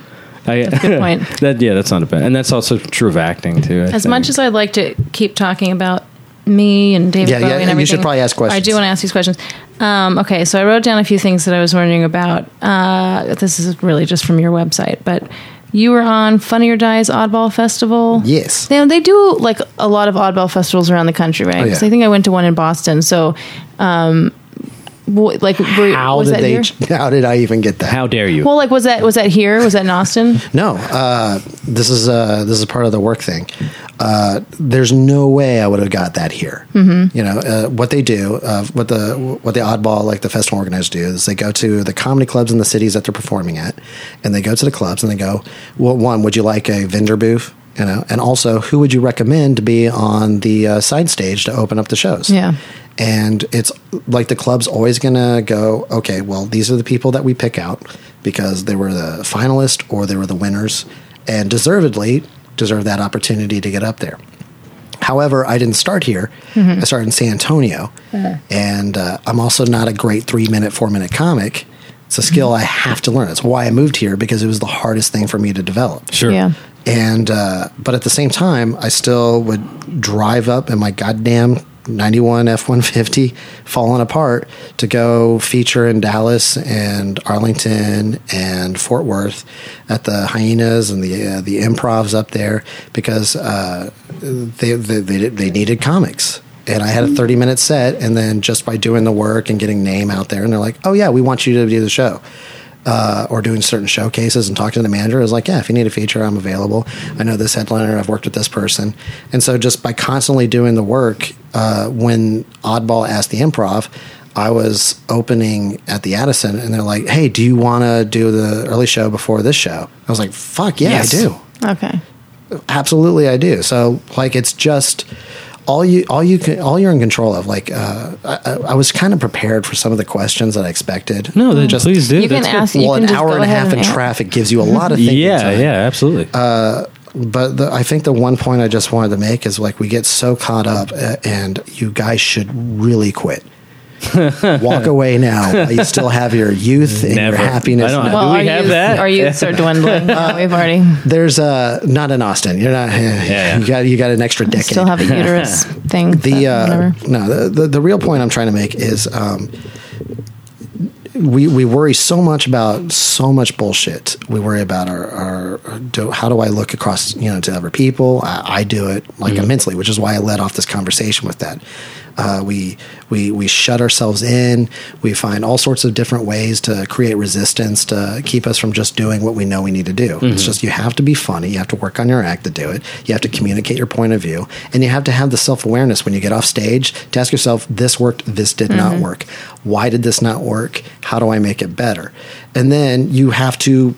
Speaker 5: I,
Speaker 4: good point.
Speaker 5: that yeah, that's not a bad, and that's also true of acting too. I
Speaker 4: as
Speaker 5: think.
Speaker 4: much as I'd like to keep talking about me and David
Speaker 6: Yeah, yeah,
Speaker 4: Bowie and
Speaker 6: and
Speaker 4: everything,
Speaker 6: you should probably ask questions.
Speaker 4: I do want to ask these questions. Um, okay, so I wrote down a few things that I was wondering about. Uh, this is really just from your website, but you were on Funny or Die's Oddball Festival.
Speaker 6: Yes.
Speaker 4: Now they do like a lot of oddball festivals around the country, right?
Speaker 6: Oh, yeah.
Speaker 4: 'Cause I think I went to one in Boston. So, um, wh- like, were,
Speaker 6: How
Speaker 4: was
Speaker 6: did
Speaker 4: that
Speaker 6: they?
Speaker 4: here?
Speaker 6: How did I even get that?
Speaker 5: how dare you?
Speaker 4: Well, like, was that was that here? Was that in Austin?
Speaker 6: No, uh, this is uh, this is part of the work thing. Uh, there's no way I would have got that here. You know uh, what they do, uh, what the what the oddball like the festival organizers do is they go to the comedy clubs in the cities that they're performing at, and they go to the clubs and they go, well, one, would you like a vendor booth? You know, and also who would you recommend to be on the uh, side stage to open up the shows?
Speaker 4: Yeah.
Speaker 6: and it's like the club's always gonna go okay well these are the people that we pick out because they were the finalists or they were the winners and deservedly deserve that opportunity to get up there however i didn't start here i started in san antonio and uh, i'm also not a great three minute four minute comic it's a skill i have to learn that's why i moved here because it was the hardest thing for me to develop
Speaker 5: sure.
Speaker 4: Yeah.
Speaker 6: and uh, but at the same time, I still would drive up in my goddamn '91 F-150, falling apart, to go feature in Dallas and Arlington and Fort Worth at the Hyenas and the uh, the Improvs up there because uh, they, they they they needed comics. And I had a 30 minute set, and then just by doing the work and getting name out there, and they're like, oh, yeah, we want you to do the show uh, or doing certain showcases and talking to the manager is like, yeah, if you need a feature, I'm available. I know this headliner. I've worked with this person, and so just by constantly doing the work, uh, when Oddball asked the Improv, I was opening at the Addison, and they're like, hey, do you want to do the early show before this show? I was like, fuck yeah,
Speaker 5: Yes.
Speaker 6: I do
Speaker 4: Okay.
Speaker 6: absolutely i do so like it's just all you all you can all you're in control of like uh, I, I- I was kind of prepared for some of the questions that i expected
Speaker 5: No, then
Speaker 6: Just-
Speaker 5: please do.
Speaker 4: You can
Speaker 5: That's good.
Speaker 4: ask- you
Speaker 6: well
Speaker 4: can
Speaker 6: an
Speaker 4: just
Speaker 6: hour
Speaker 4: go
Speaker 6: and a
Speaker 4: ahead
Speaker 6: half in
Speaker 4: and-
Speaker 6: traffic gives you Uh, a lot of thinking
Speaker 5: Yeah,
Speaker 6: time.
Speaker 5: yeah, absolutely.
Speaker 6: but the, i think the one point i just wanted to make is like we get so caught up uh, and you guys should really quit walk away now while you still have your youth and
Speaker 5: Never.
Speaker 6: your happiness
Speaker 5: I don't-
Speaker 6: and
Speaker 5: Well, Uh, Do we
Speaker 4: are
Speaker 5: have
Speaker 4: you,
Speaker 5: that?
Speaker 4: Are you so dwindling? No, Uh, we've already
Speaker 6: there's uh not in austin you're not
Speaker 5: yeah.
Speaker 6: you got you got an extra decade
Speaker 4: still have a uterus thing. but
Speaker 6: the uh,
Speaker 4: whatever.
Speaker 6: no the, the the real point I'm trying to make is um, we we worry so much about so much bullshit. We worry about our, our do, how do I look across you know to other people. I, I do it like immensely, which is why I led off this conversation with that. Uh, we we we shut ourselves in. We find all sorts of different ways to create resistance to keep us from just doing what we know we need to do. It's just you have to be funny. You have to work on your act to do it. You have to communicate your point of view, and you have to have the self awareness when you get off stage to ask yourself, "This worked. This did not work. Why did this not work? How do I make it better?" And then you have to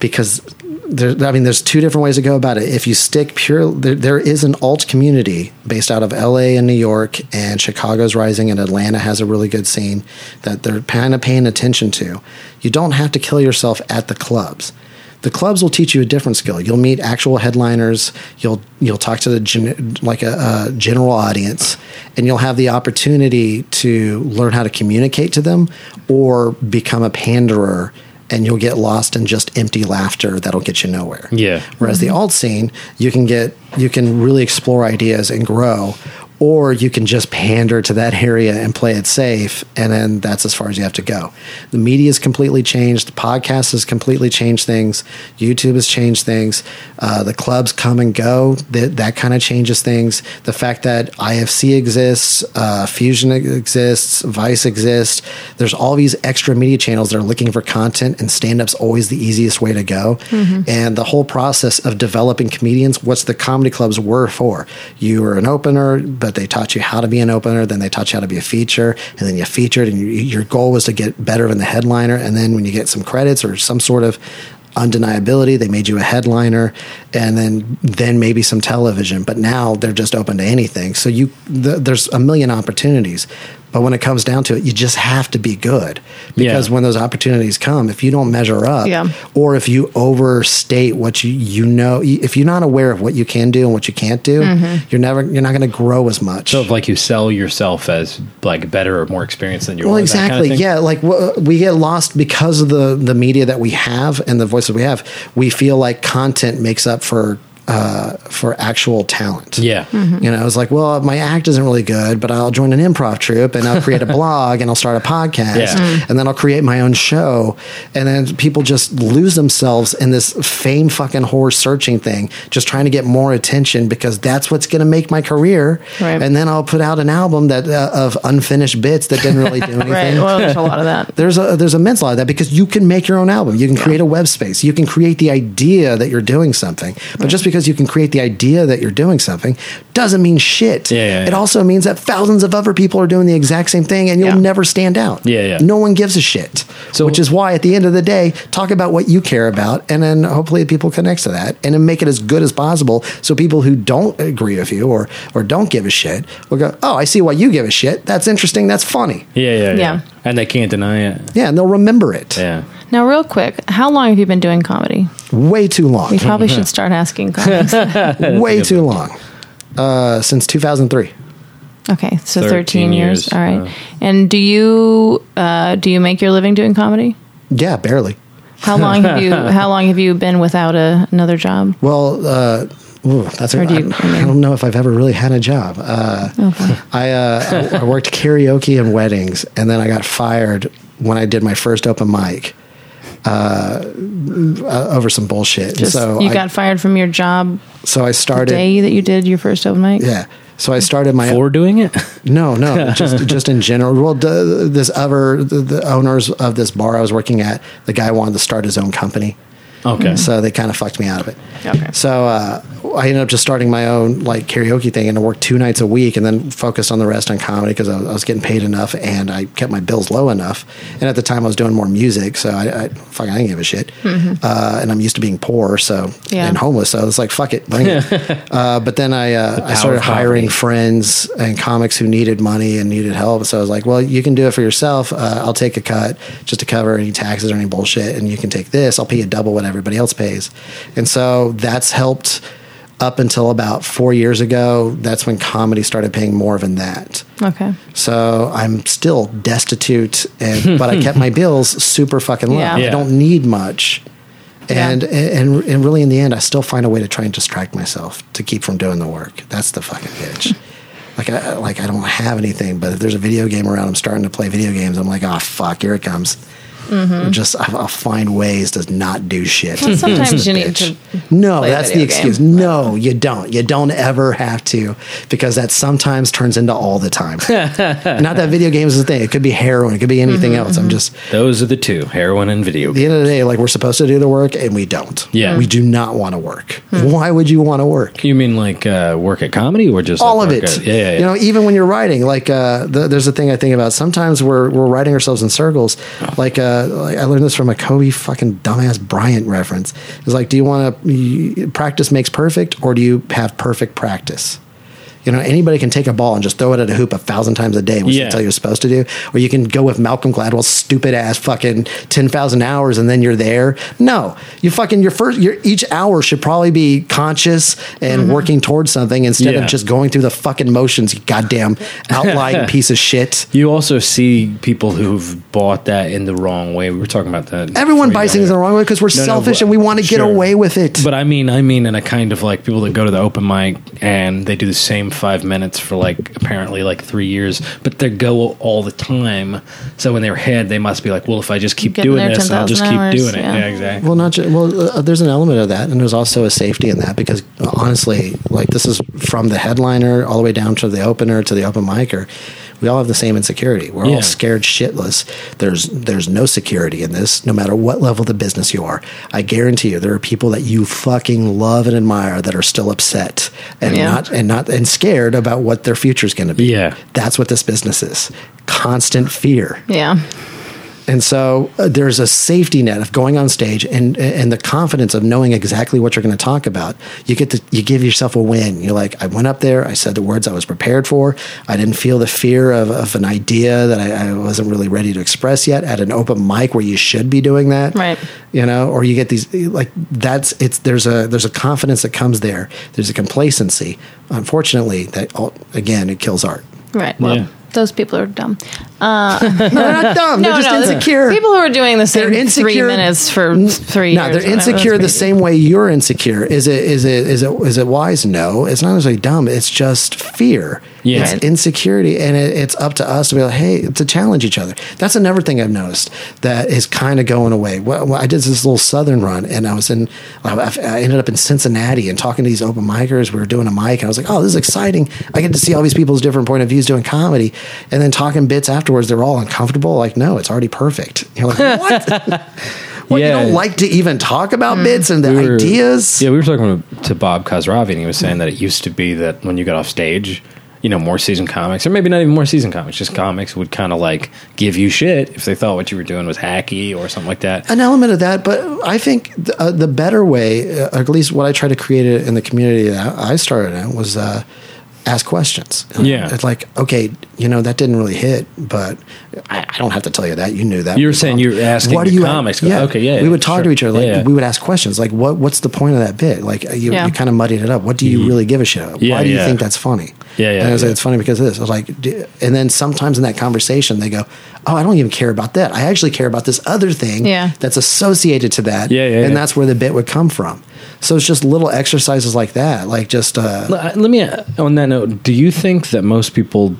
Speaker 6: because there, I mean, there's two different ways to go about it. If you stick pure, there, there is an alt community based out of LA and New York, and Chicago's rising, and Atlanta has a really good scene that they're kind of paying attention to. You don't have to kill yourself at the clubs. The clubs will teach you a different skill. You'll meet actual headliners. You'll you'll talk to the gen, like a, a general audience, and you'll have the opportunity to learn how to communicate to them or become a panderer and you'll get lost in just empty laughter that'll get you nowhere.
Speaker 5: Yeah.
Speaker 6: Whereas the alt scene, you can get you can really explore ideas and grow, or you can just pander to that area and play it safe, and then that's as far as you have to go. The media's completely changed. The podcast has completely changed things. YouTube has changed things. Uh, the clubs come and go. That that kind of changes things. The fact that IFC exists, uh, Fusion exists, Vice exists. There's all these extra media channels that are looking for content, and stand up's always the easiest way to go. And the whole process of developing comedians, what's the comedy clubs were for? You were an opener, but they taught you how to be an opener, then they taught you how to be a feature, and then you featured, and you, your goal was to get better than the headliner. And then when you get some credits or some sort of undeniability. They made you a headliner, and then then maybe some television. But now they're just open to anything. So you th- there's a million opportunities. But when it comes down to it, you just have to be good because
Speaker 5: Yeah.
Speaker 6: when those opportunities come, if you don't measure up,
Speaker 4: Yeah.
Speaker 6: or if you overstate what you you know, if you're not aware of what you can do and what you can't do, you're never you're not going to grow as much.
Speaker 1: So if like you sell yourself as like better or more experienced than you
Speaker 6: Well,
Speaker 1: are. that kind of
Speaker 6: exactly.
Speaker 1: thing?
Speaker 6: yeah, like wh- we get lost because of the the media that we have and the voices we have. We feel like content makes up for uh, for actual talent.
Speaker 1: Yeah.
Speaker 4: Mm-hmm.
Speaker 6: You know, I was like, well, my act isn't really good, but I'll join an improv troupe and I'll create a blog and I'll start a podcast
Speaker 1: Yeah.
Speaker 4: Mm-hmm.
Speaker 1: Mm.
Speaker 6: and then I'll create my own show. And then people just lose themselves in this fame fucking whore searching thing, just trying to get more attention because that's what's going to make my career.
Speaker 4: Right.
Speaker 6: And then I'll put out an album that uh, of unfinished bits that didn't really do anything
Speaker 4: Right. Well, there's a lot of that.
Speaker 6: there's a there's immense lot of that because you can make your own album. You can create a web space. You can create the idea that you're doing something. But just because you can create the idea that you're doing something doesn't mean shit.
Speaker 5: Yeah, yeah,
Speaker 6: It
Speaker 5: yeah.
Speaker 6: also means that thousands of other people are doing the exact same thing and you'll
Speaker 4: Yeah.
Speaker 6: never stand out.
Speaker 5: Yeah, yeah.
Speaker 6: No one gives a shit.
Speaker 5: So-
Speaker 6: which is why at the end of the day, talk about what you care about and then hopefully people connect to that and then make it as good as possible so people who don't agree with you or or don't give a shit will go, "Oh, I see why you give a shit. That's interesting. That's funny."
Speaker 5: Yeah, yeah, yeah,
Speaker 4: Yeah.
Speaker 5: And they can't deny it.
Speaker 6: Yeah, and they'll remember it.
Speaker 5: Yeah.
Speaker 4: Now, real quick, how long have you been doing comedy?
Speaker 6: way too long.
Speaker 4: We probably should start asking comedies.
Speaker 6: way too long. Uh, since 2003.
Speaker 4: Okay, so 13,
Speaker 5: 13
Speaker 4: years.
Speaker 5: years,
Speaker 4: All right.
Speaker 5: yeah.
Speaker 4: And do you uh, do you make your living doing comedy?
Speaker 6: Yeah, barely.
Speaker 4: How long have you How long have you been without a, another job?
Speaker 6: Well, uh, ooh, that's a,
Speaker 4: Or do
Speaker 6: I,
Speaker 4: you- I mean- Oh,
Speaker 6: I don't know if I've ever really had a job. Uh, I, uh, I I worked karaoke and weddings, and then I got fired when I did my first open mic uh, uh, over some bullshit.
Speaker 4: Just
Speaker 6: so
Speaker 4: you
Speaker 6: I,
Speaker 4: got fired from your job
Speaker 6: so I
Speaker 4: the
Speaker 6: started.
Speaker 4: day that you did your first open mic.
Speaker 6: Yeah. So I started my
Speaker 5: For doing it?
Speaker 6: No, no, just just in general. Well, the, this other the, the owners of this bar I was working at, the guy wanted to start his own company,
Speaker 5: Okay.
Speaker 6: so they kind of fucked me out of it.
Speaker 4: Okay.
Speaker 6: So uh, I ended up just starting my own like karaoke thing, and I worked two nights a week, and then focused on the rest on comedy because I, was- I was getting paid enough, and I kept my bills low enough. And at the time, I was doing more music, so I, I fuck, I didn't give a shit. Uh, and I'm used to being poor, so
Speaker 4: Yeah.
Speaker 6: and homeless, so it's like fuck it, bring it. uh, but then I uh, I started
Speaker 5: of comedy.
Speaker 6: hiring friends and comics who needed money and needed help. So I was like, well, you can do it for yourself. Uh, I'll take a cut just to cover any taxes or any bullshit. And you can take this. I'll pay you double what everybody else pays. And so that's helped up until about four years ago. That's when comedy started paying more than that.
Speaker 4: Okay.
Speaker 6: So I'm still destitute, and but I kept my bills super fucking low.
Speaker 4: Yeah.
Speaker 6: I don't need much,
Speaker 4: Yeah.
Speaker 6: and, and and really in the end, I still find a way to try and distract myself to keep from doing the work. That's the fucking bitch. like I like I don't have anything, but if there's a video game around, I'm starting to play video games. I'm like, oh fuck, "Ah, here it comes. Just I'll, I'll find ways to not do shit.
Speaker 4: Mm-hmm. Well, sometimes you need
Speaker 6: Bitch.
Speaker 4: to
Speaker 6: No,
Speaker 4: play a
Speaker 6: that's the
Speaker 4: video game.
Speaker 6: excuse. No, you don't. You don't ever have to because that sometimes turns into all the time. Not that video games is the thing. It could be heroin. It could be anything
Speaker 4: Mm-hmm,
Speaker 6: else. I'm just
Speaker 5: Those are the two: heroin and video.
Speaker 6: at the end of the day, like we're supposed to do the work and we don't.
Speaker 5: Yeah.
Speaker 6: we do not want to work.
Speaker 4: Hmm.
Speaker 6: Why would you want to work?
Speaker 5: You mean like uh, work at comedy or just
Speaker 6: all
Speaker 5: like
Speaker 6: of
Speaker 5: work
Speaker 6: it.
Speaker 5: at- yeah, yeah, yeah.
Speaker 6: You know, even when you're writing, like uh, the, there's a thing I think about. Sometimes we're we're writing ourselves in circles. Like, uh, like I learned this from a Kobe fucking dumbass Bryant reference. It's like, do you want to practice makes perfect, or do you have perfect practice? You know, anybody can take a ball and just throw it at a hoop a thousand times a day, which
Speaker 5: Yeah.
Speaker 6: they tell you you're supposed to do, or you can go with Malcolm Gladwell's stupid ass fucking ten thousand hours and then you're there. No, you fucking your first your each hour should probably be conscious and
Speaker 5: Mm-hmm.
Speaker 6: working towards something instead
Speaker 5: Yeah.
Speaker 6: of just going through the fucking motions. You goddamn outlying piece of shit.
Speaker 5: You also see people who've bought that in the wrong way. We were talking about that.
Speaker 6: Everyone
Speaker 5: before you
Speaker 6: buys
Speaker 5: got
Speaker 6: things
Speaker 5: here.
Speaker 6: the wrong way because we're
Speaker 5: No, no,
Speaker 6: selfish
Speaker 5: but-
Speaker 6: and we want to get
Speaker 5: sure.
Speaker 6: away with it.
Speaker 5: But I mean, I mean, in a kind of like people that go to the open mic and they do the same five minutes for like apparently like three years, but they go all the time. So in their head, they must be like, "Well, if I just keep
Speaker 4: Getting
Speaker 5: doing
Speaker 4: their
Speaker 5: this, I'll just
Speaker 4: 10,000
Speaker 5: keep
Speaker 4: hours,
Speaker 5: doing it."
Speaker 4: yeah.
Speaker 5: Yeah, exactly.
Speaker 6: Well, not just, well. Uh, there's an element of that, and there's also a safety in that because uh, honestly, like this is from the headliner all the way down to the opener to the open micer. We all have the same insecurity. We're
Speaker 5: Yeah.
Speaker 6: all scared shitless. There's there's no security in this, no matter what level of the business you are. I guarantee you, there are people that you fucking love and admire that are still upset and
Speaker 4: Yeah.
Speaker 6: not and not and scared about what their future is going to be.
Speaker 5: Yeah.
Speaker 6: that's what this business is. Constant fear.
Speaker 4: yeah
Speaker 6: And so uh, there's a safety net of going on stage and and the confidence of knowing exactly what you're going to talk about. You get to you give yourself a win. You're like, I went up there, I said the words I was prepared for. I didn't feel the fear of, of an idea that I, I wasn't really ready to express yet at an open mic where you should be doing that,
Speaker 4: Right.
Speaker 6: You know, or you get these like that's it's there's a there's a confidence that comes there. There's a complacency, unfortunately, that all, again it kills art.
Speaker 4: right. Well,
Speaker 5: Yeah.
Speaker 4: those people are dumb.
Speaker 6: No, they're not dumb. they're just insecure.
Speaker 4: People who are doing the same
Speaker 6: They're insecure.
Speaker 4: three minutes for
Speaker 6: N-
Speaker 4: three.
Speaker 6: No,
Speaker 4: years,
Speaker 6: they're
Speaker 4: whatever, that's
Speaker 6: insecure the
Speaker 4: crazy.
Speaker 6: same way you're insecure. Is it is it is it is it wise? No, it's not necessarily dumb. It's just fear.
Speaker 5: Yeah.
Speaker 6: it's insecurity, and it, it's up to us to be like, hey, to challenge each other. That's another thing I've noticed that is kind of going away. Well, well, I did this little southern run, and I was in, I I ended up in Cincinnati and talking to these open micers. We were doing a mic, and I was like, oh, this is exciting. I get to see all these people's different point of views doing comedy, and then talking bits afterwards. They're all uncomfortable. Like, no, it's already perfect. You're like, what? What
Speaker 5: Yeah.
Speaker 6: you don't like to even talk about bits and the
Speaker 5: We were-
Speaker 6: ideas.
Speaker 5: Yeah, we were talking to Bob Kosravi, and he was saying that it used to be that when you got off stage, you know, more seasoned comics, or maybe not even more seasoned comics, just comics would kind of like give you shit if they thought what you were doing was hacky or something like that.
Speaker 6: An element of that, but I think the, uh, the better way, uh, or at least what I try to create it in the community that I started in, was uh, ask questions.
Speaker 5: Yeah.
Speaker 6: it's like okay, you know that didn't really hit, but I, I don't have to tell you that. You knew that.
Speaker 5: You were saying you were asking the comics.
Speaker 6: Yeah.
Speaker 5: Okay, yeah,
Speaker 6: We would talk
Speaker 5: sure.
Speaker 6: to each other. Like
Speaker 5: Yeah, yeah.
Speaker 6: we would ask questions. Like what? What's the point of that bit? Like you,
Speaker 4: Yeah.
Speaker 6: you kind of muddied it up. What do you really give a shit? About?
Speaker 5: Mm-hmm. Yeah,
Speaker 6: Why do you
Speaker 5: yeah.
Speaker 6: think that's funny?
Speaker 5: Yeah, yeah,
Speaker 6: And I was like,
Speaker 5: yeah.
Speaker 6: it's funny because of this. I was like, d- and then sometimes in that conversation they go, oh, I don't even care about that. I actually care about this other thing
Speaker 4: Yeah.
Speaker 6: that's associated to that.
Speaker 5: Yeah, yeah,
Speaker 6: and
Speaker 5: yeah.
Speaker 6: that's where the bit would come from. So it's just little exercises like that. Like just uh,
Speaker 5: L- Let me, on that note, do you think that most people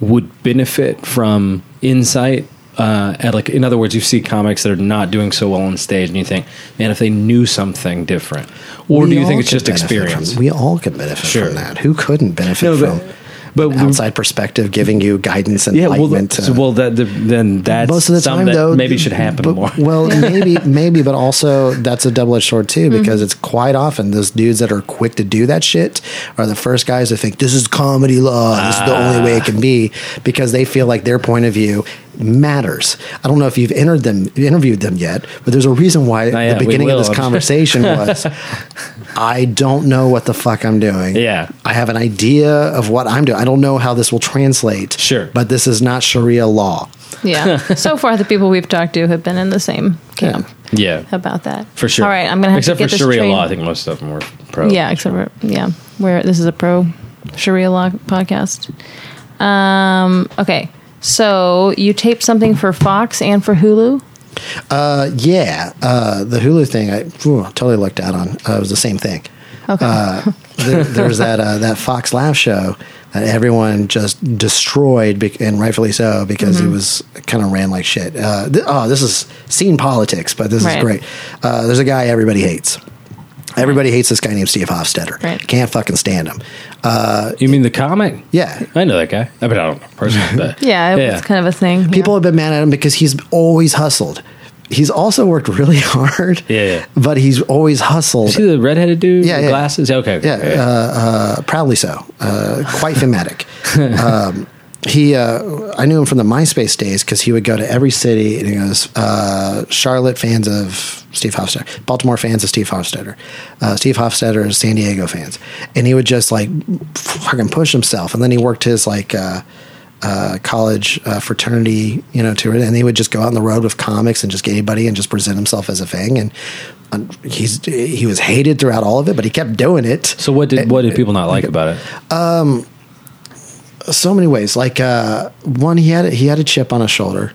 Speaker 5: would benefit from insight? Uh, at like, in other words, you see comics that are not doing so well on stage, and you think, man, if they knew something different, or
Speaker 6: we
Speaker 5: do you
Speaker 6: all
Speaker 5: think it's
Speaker 6: could
Speaker 5: just
Speaker 6: benefit from-
Speaker 5: experience?
Speaker 6: we all can benefit
Speaker 5: Sure.
Speaker 6: from that. Who couldn't benefit
Speaker 5: No, but-
Speaker 6: from?
Speaker 5: but
Speaker 6: an
Speaker 5: the-
Speaker 6: outside perspective giving you guidance and
Speaker 5: yeah, well,
Speaker 6: enlightenment.
Speaker 5: so,
Speaker 6: uh,
Speaker 5: well, that the, then that's
Speaker 6: most of the
Speaker 5: something
Speaker 6: time
Speaker 5: that
Speaker 6: though
Speaker 5: maybe should happen
Speaker 6: but-
Speaker 5: more.
Speaker 6: well maybe maybe but also that's a double-edged sword too because it's quite often those dudes that are quick to do that shit are the first guys that think this is comedy law this is the
Speaker 5: Ah.
Speaker 6: only way it can be because they feel like their point of view matters i don't know if you've entered them interviewed them yet but there's a reason why
Speaker 5: Oh, yeah,
Speaker 6: the
Speaker 5: we
Speaker 6: beginning of
Speaker 5: will,
Speaker 6: this
Speaker 5: I'm sure.
Speaker 6: conversation was i don't know what the fuck i'm doing
Speaker 5: Yeah.
Speaker 6: i have an idea of what i'm doing i don't know how this will translate
Speaker 5: Sure.
Speaker 6: but this is not sharia law
Speaker 4: Yeah. so far, the people we've talked to have been in the same camp
Speaker 5: yeah,
Speaker 4: about that.
Speaker 5: for sure.
Speaker 4: All right, I'm gonna have
Speaker 5: except
Speaker 4: to get
Speaker 5: for
Speaker 4: this
Speaker 5: Sharia
Speaker 4: straight.
Speaker 5: law. I think most of them were pro.
Speaker 4: yeah, except for yeah, where this is a pro Sharia law podcast. Um, okay, so you taped something for Fox and for Hulu.
Speaker 6: Uh, yeah, uh, the Hulu thing I phew, totally looked out on. Uh, it was the same thing.
Speaker 4: Okay.
Speaker 6: Uh, there, there was that uh, that Fox Laugh show and everyone just destroyed, bec- and rightfully so, because
Speaker 4: Mm-hmm.
Speaker 6: it was kind of ran like shit. Uh, th- oh, this is scene politics, but this
Speaker 4: Right.
Speaker 6: is great. Uh, there's a guy everybody hates. Everybody hates this guy named Steve Hofstetter.
Speaker 4: Right.
Speaker 6: Can't fucking stand him.
Speaker 1: You mean the comic?
Speaker 6: Yeah.
Speaker 1: I know that guy. I mean, I don't know personally, but
Speaker 4: Yeah, it was kind of a thing.
Speaker 6: People have been mad at him because he's always hustled. He's also worked really hard.
Speaker 1: Yeah, yeah.
Speaker 6: But he's always hustled.
Speaker 1: See the redheaded dude,
Speaker 6: Yeah,
Speaker 1: with
Speaker 6: yeah.
Speaker 1: glasses. Okay, okay,
Speaker 6: Yeah,
Speaker 1: okay.
Speaker 6: uh, uh, proudly so. Uh, quite thematic. um, he, uh, I knew him from the MySpace days because he would go to every city and he goes, uh, Charlotte fans of Steve Hofstetter, Baltimore fans of Steve Hofstetter, uh, Steve Hofstetter is San Diego fans, and he would just like fucking push himself. And then he worked his like. Uh, uh, college uh, fraternity, you know, to it, and he would just go out on the road with comics and just get anybody and just present himself as a thing. And um, he's he was hated throughout all of it, but he kept doing it
Speaker 1: so what did what did people not like about it?
Speaker 6: so many ways. Like uh, one, he had he had a chip on his shoulder.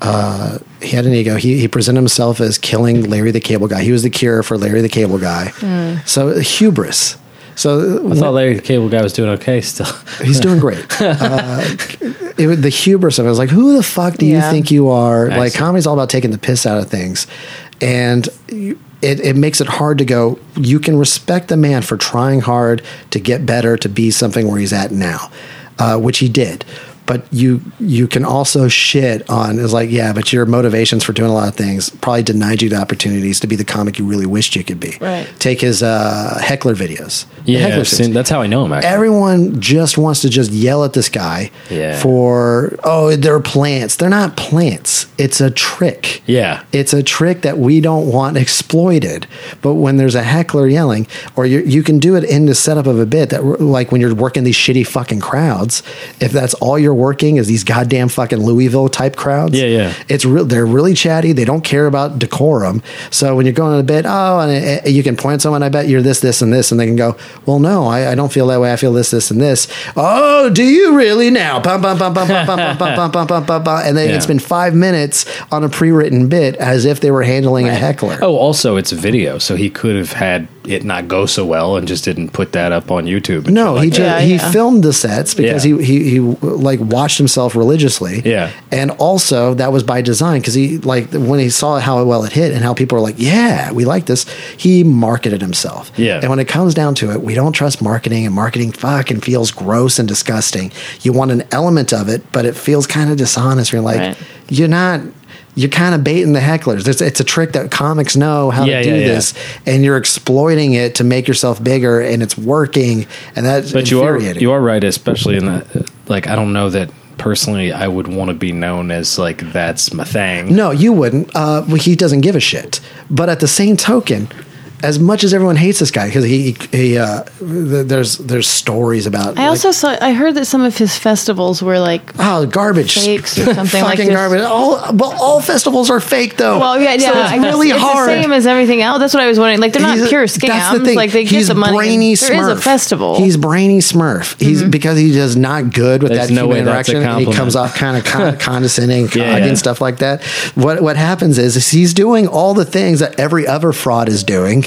Speaker 6: Uh, he had an ego. He he presented himself as killing Larry the Cable Guy. He was the cure for Larry the Cable Guy. So hubris. So
Speaker 1: I thought Larry the Cable Guy was doing okay still.
Speaker 6: he's doing great. Uh, it, was- the hubris of it was like, who the fuck do
Speaker 4: Yeah.
Speaker 6: you think you are?
Speaker 1: I
Speaker 6: like,
Speaker 1: see.
Speaker 6: comedy's all about taking the piss out of things, and you, it it makes it hard to go. You can respect the man for trying hard to get better, to be something where he's at now, uh, which he did. But you you can also shit on is like yeah, but your motivations for doing a lot of things probably denied you the opportunities to be the comic you really wished you could be.
Speaker 4: Right.
Speaker 6: Take his uh, heckler videos. The
Speaker 1: yeah,
Speaker 6: heckler
Speaker 1: I've
Speaker 6: scenes
Speaker 1: seen, that's how I know him. Actually,
Speaker 6: everyone just wants to just yell at this guy
Speaker 1: Yeah.
Speaker 6: for oh they're plants they're not plants it's a trick
Speaker 1: Yeah.
Speaker 6: it's a trick that we don't want exploited but when there's a heckler yelling or you you can do it in the setup of a bit that like when you're working these shitty fucking crowds if that's all you're working is these goddamn fucking louisville type crowds
Speaker 1: Yeah, yeah.
Speaker 6: it's real they're really chatty they don't care about decorum so when you're going to bed oh and uh, you can point at someone i bet you're this this and this and they can go well no I, I don't feel that way i feel this this and this oh do you really now bum, bum, bum, bum, bum, bum, bum, bum, bum, bum, bum, bum, bum. and then
Speaker 1: Yeah.
Speaker 6: it's been five minutes on a pre-written bit as if they were handling a heckler
Speaker 1: Oh, also it's video, so he could have had it not go so well and just didn't put that up on YouTube. and
Speaker 6: No,
Speaker 1: shit like
Speaker 6: he just,
Speaker 1: that.
Speaker 4: that.
Speaker 6: he
Speaker 4: Yeah, yeah.
Speaker 6: filmed the sets because
Speaker 1: Yeah.
Speaker 6: he, he he like watched himself religiously.
Speaker 1: Yeah.
Speaker 6: and also that was by design because he like when he saw how well it hit and how people were like, yeah, we like this. He marketed himself.
Speaker 1: Yeah.
Speaker 6: and when it comes down to it, we don't trust marketing, and marketing fucking feels gross and disgusting. You want an element of it, but it feels kind of dishonest. You're like,
Speaker 4: Right.
Speaker 6: you're not. You're kind of baiting the hecklers. It's, it's a trick that comics know how
Speaker 1: Yeah,
Speaker 6: to do
Speaker 1: yeah, yeah.
Speaker 6: this, and you're exploiting it to make yourself bigger, and it's working. And that
Speaker 1: but you are you are right, especially in the like. I don't know that personally. I would want to be known as like that's my thing.
Speaker 6: no, you wouldn't. Uh, well, he doesn't give a shit. But at the same token, as much as everyone hates this guy, because he, he uh, th- there's there's stories about.
Speaker 4: I also saw. I heard that some of his festivals were like
Speaker 6: Oh, garbage!
Speaker 4: fakes or something like
Speaker 6: Fucking
Speaker 4: this.
Speaker 6: garbage! All well, all festivals are fake though.
Speaker 4: Well, yeah, yeah.
Speaker 6: So it's
Speaker 4: I guess
Speaker 6: really
Speaker 4: it's
Speaker 6: hard.
Speaker 4: the same as everything else. That's what I was wondering. Like they're not
Speaker 6: He's a-
Speaker 4: pure scams.
Speaker 6: That's the thing.
Speaker 4: Like they
Speaker 6: he's
Speaker 4: get the money.
Speaker 6: Brainy
Speaker 4: There is
Speaker 6: Smurf.
Speaker 4: a festival. Mm-hmm.
Speaker 6: He's brainy Smurf. He's because he does not good with
Speaker 1: There's
Speaker 6: that
Speaker 1: no
Speaker 6: human
Speaker 1: way that's a
Speaker 6: interaction. and he
Speaker 1: compliment.
Speaker 6: comes off kind of con- condescending, and
Speaker 1: Yeah,
Speaker 6: cocky
Speaker 1: yeah.
Speaker 6: and stuff like that. What what happens is, is he's doing all the things that every other fraud is doing.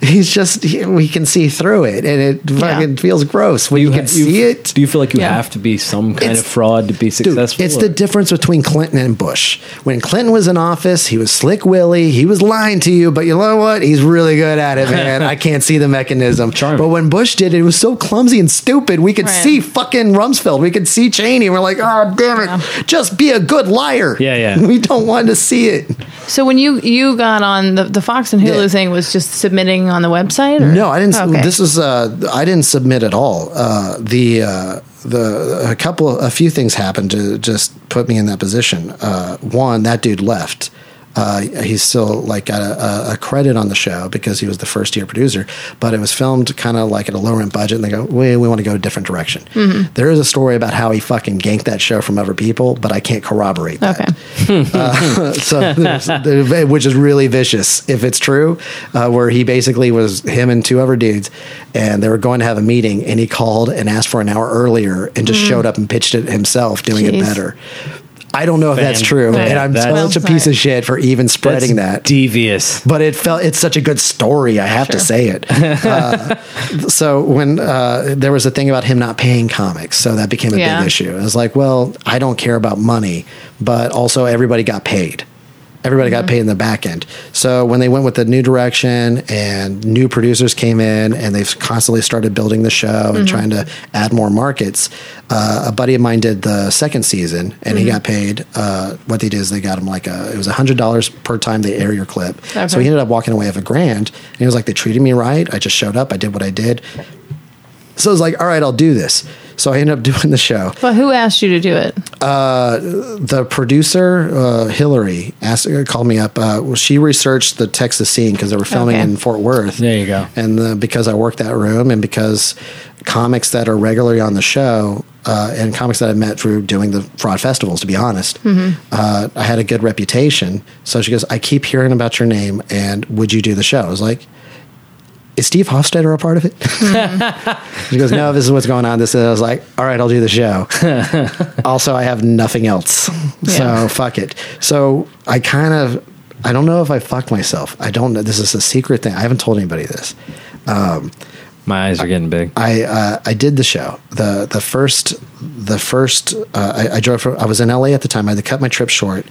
Speaker 6: He's just he- we can see through it, and it fucking feels gross when you, can see it.
Speaker 1: Do you feel like you
Speaker 4: Yeah.
Speaker 1: have to be some kind
Speaker 6: It's-
Speaker 1: of fraud to be
Speaker 6: Dude,
Speaker 1: successful?
Speaker 6: it's the
Speaker 1: or-
Speaker 6: difference between Clinton and Bush. When Clinton was in office, he was slick Willie. He was lying to you, but you know what? He's really good at it, man. I can't see the mechanism.
Speaker 1: Charming.
Speaker 6: But when Bush did it, it was so clumsy and stupid. We could
Speaker 4: Right.
Speaker 6: see fucking Rumsfeld. We could see Cheney. We're like, oh, damn it. Just be a good liar.
Speaker 1: Yeah, yeah.
Speaker 6: We don't want to see it.
Speaker 4: so when you you got on the the Fox and Hulu
Speaker 6: Yeah.
Speaker 4: thing was just submitting on the website. Or?
Speaker 6: No, I didn't.
Speaker 4: Okay.
Speaker 6: This is uh, I didn't submit at all. Uh, the uh, the a couple a few things happened to just put me in that position. Uh, one, that dude left. Uh, he's still like got a, a- a credit on the show because he was the first year producer, but it was filmed kind of like at a lower end budget. And they go, we, we want to go a different direction.
Speaker 4: Mm-hmm.
Speaker 6: There is a story about how he fucking ganked that show from other people, but I can't corroborate that
Speaker 4: Okay.
Speaker 6: so there's- which is really vicious if it's true uh, where he basically was him and two other dudes and they were going to have a meeting and he called and asked for an hour earlier and just showed up and pitched it himself doing it
Speaker 4: Jeez.
Speaker 6: better I don't know if that's true,
Speaker 4: Right.
Speaker 6: and I'm
Speaker 1: That's-
Speaker 6: such a piece of shit for even spreading that.
Speaker 1: devious.
Speaker 6: but it felt it's such a good story. I have to say it. Uh, so when uh, there was a thing about him not paying comics, so that became a
Speaker 4: Yeah.
Speaker 6: big issue. I was like, well, I don't care about money, but also everybody got paid. Everybody got paid in the back end. So when they went with the new direction and new producers came in and they've constantly started building the show and trying to add more markets, uh, a buddy of mine did the second season and he got paid. Uh, what they did is they got him like a, it was $100 per time they air your clip. So
Speaker 4: Okay.
Speaker 6: he ended up walking away with a grand. And he was like, they treated me right. I just showed up. I did what I did. So I was like, all right, I'll do this. So I ended up doing the show
Speaker 4: But who asked you to do it?
Speaker 6: the producer uh, Hillary asked, called me up. Uh, well, she researched the Texas scene because they were filming
Speaker 4: Okay.
Speaker 6: in Fort Worth.
Speaker 1: There you go.
Speaker 6: And uh, because I worked that room, and because comics that are regularly on the show, uh, and comics that I met through doing the fraud festivals, to be honest, uh, I had a good reputation. So she goes, "I keep hearing about your name, and would you do the show?" I was like. Is Steve Hofstadter a part of it? she goes, No, this is what's going on. This is, I was like, All right, I'll do the show also I have nothing else.
Speaker 4: Yeah.
Speaker 6: So fuck it. So I kind of I don't know if I fucked myself. I don't know. This is a secret thing. I haven't told anybody this.
Speaker 1: My eyes are getting big.
Speaker 6: I uh, I did the show. the the first the first uh, I, I drove. From, I was in LA at the time. I had to cut my trip short.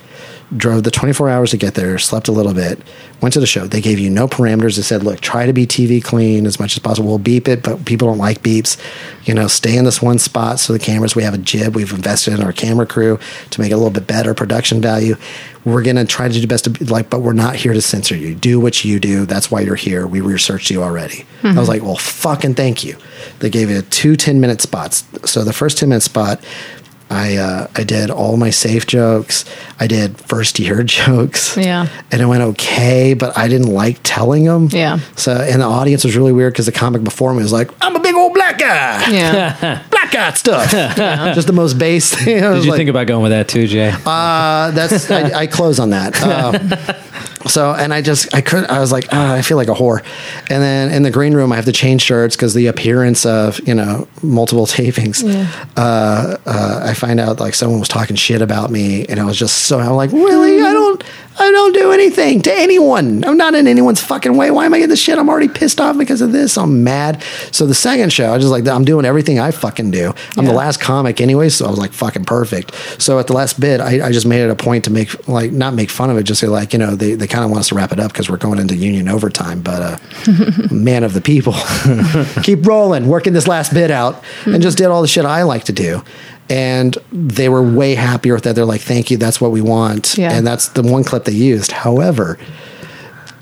Speaker 6: Drove the 24 hours to get there. Slept a little bit. Went to the show. They gave you no parameters. They said, look, try to be TV clean as much as possible. We'll beep it, but people don't like beeps. You know, stay in this one spot so the cameras. We have a jib. We've invested in our camera crew to make it a little bit better production value. We're gonna try to do best to be like, but we're not here to censor you. Do what you do. That's why you're here. We researched you already. I
Speaker 4: Mm-hmm.
Speaker 6: was like, well, fucking thank you. They gave you two 10 minute spots. So the first 10 minute spot, I uh, I did all my safe jokes. I did first year jokes.
Speaker 4: Yeah.
Speaker 6: And it went okay, but I didn't like telling them.
Speaker 4: Yeah.
Speaker 6: So and the audience was really weird because the comic before me was like, I'm a big old black guy.
Speaker 4: Yeah.
Speaker 6: Black guy stuff. Just the most base thing.
Speaker 1: Did you think about going with that too, Jay?
Speaker 6: Uh, that's I, I close on that. Um, so and I just I couldn't. I was like, ah, I feel like a whore. And then in the green room, I have to change shirts because the appearance of you know multiple tapings. Uh, uh, I find out like someone was talking shit about me, and I was just so I'm like, really? I don't. I don't do anything to anyone. I'm not in anyone's fucking way. Why am I getting this shit? I'm already pissed off because of this. I'm mad. So the second show, I was just like, I'm doing everything I fucking do. I'm the
Speaker 4: Yeah.
Speaker 6: last comic anyway, so I was like fucking perfect. So at the last bit, I, I just made it a point to make like not make fun of it, just say like you know they, they kind of want us to wrap it up because we're going into union overtime. But uh, man of the people, keep rolling, working this last bit out, and just did all the shit I like to do. And they were way happier with that. They're like, "Thank you, that's what we want,"
Speaker 4: Yeah.
Speaker 6: and that's the one clip they used. However,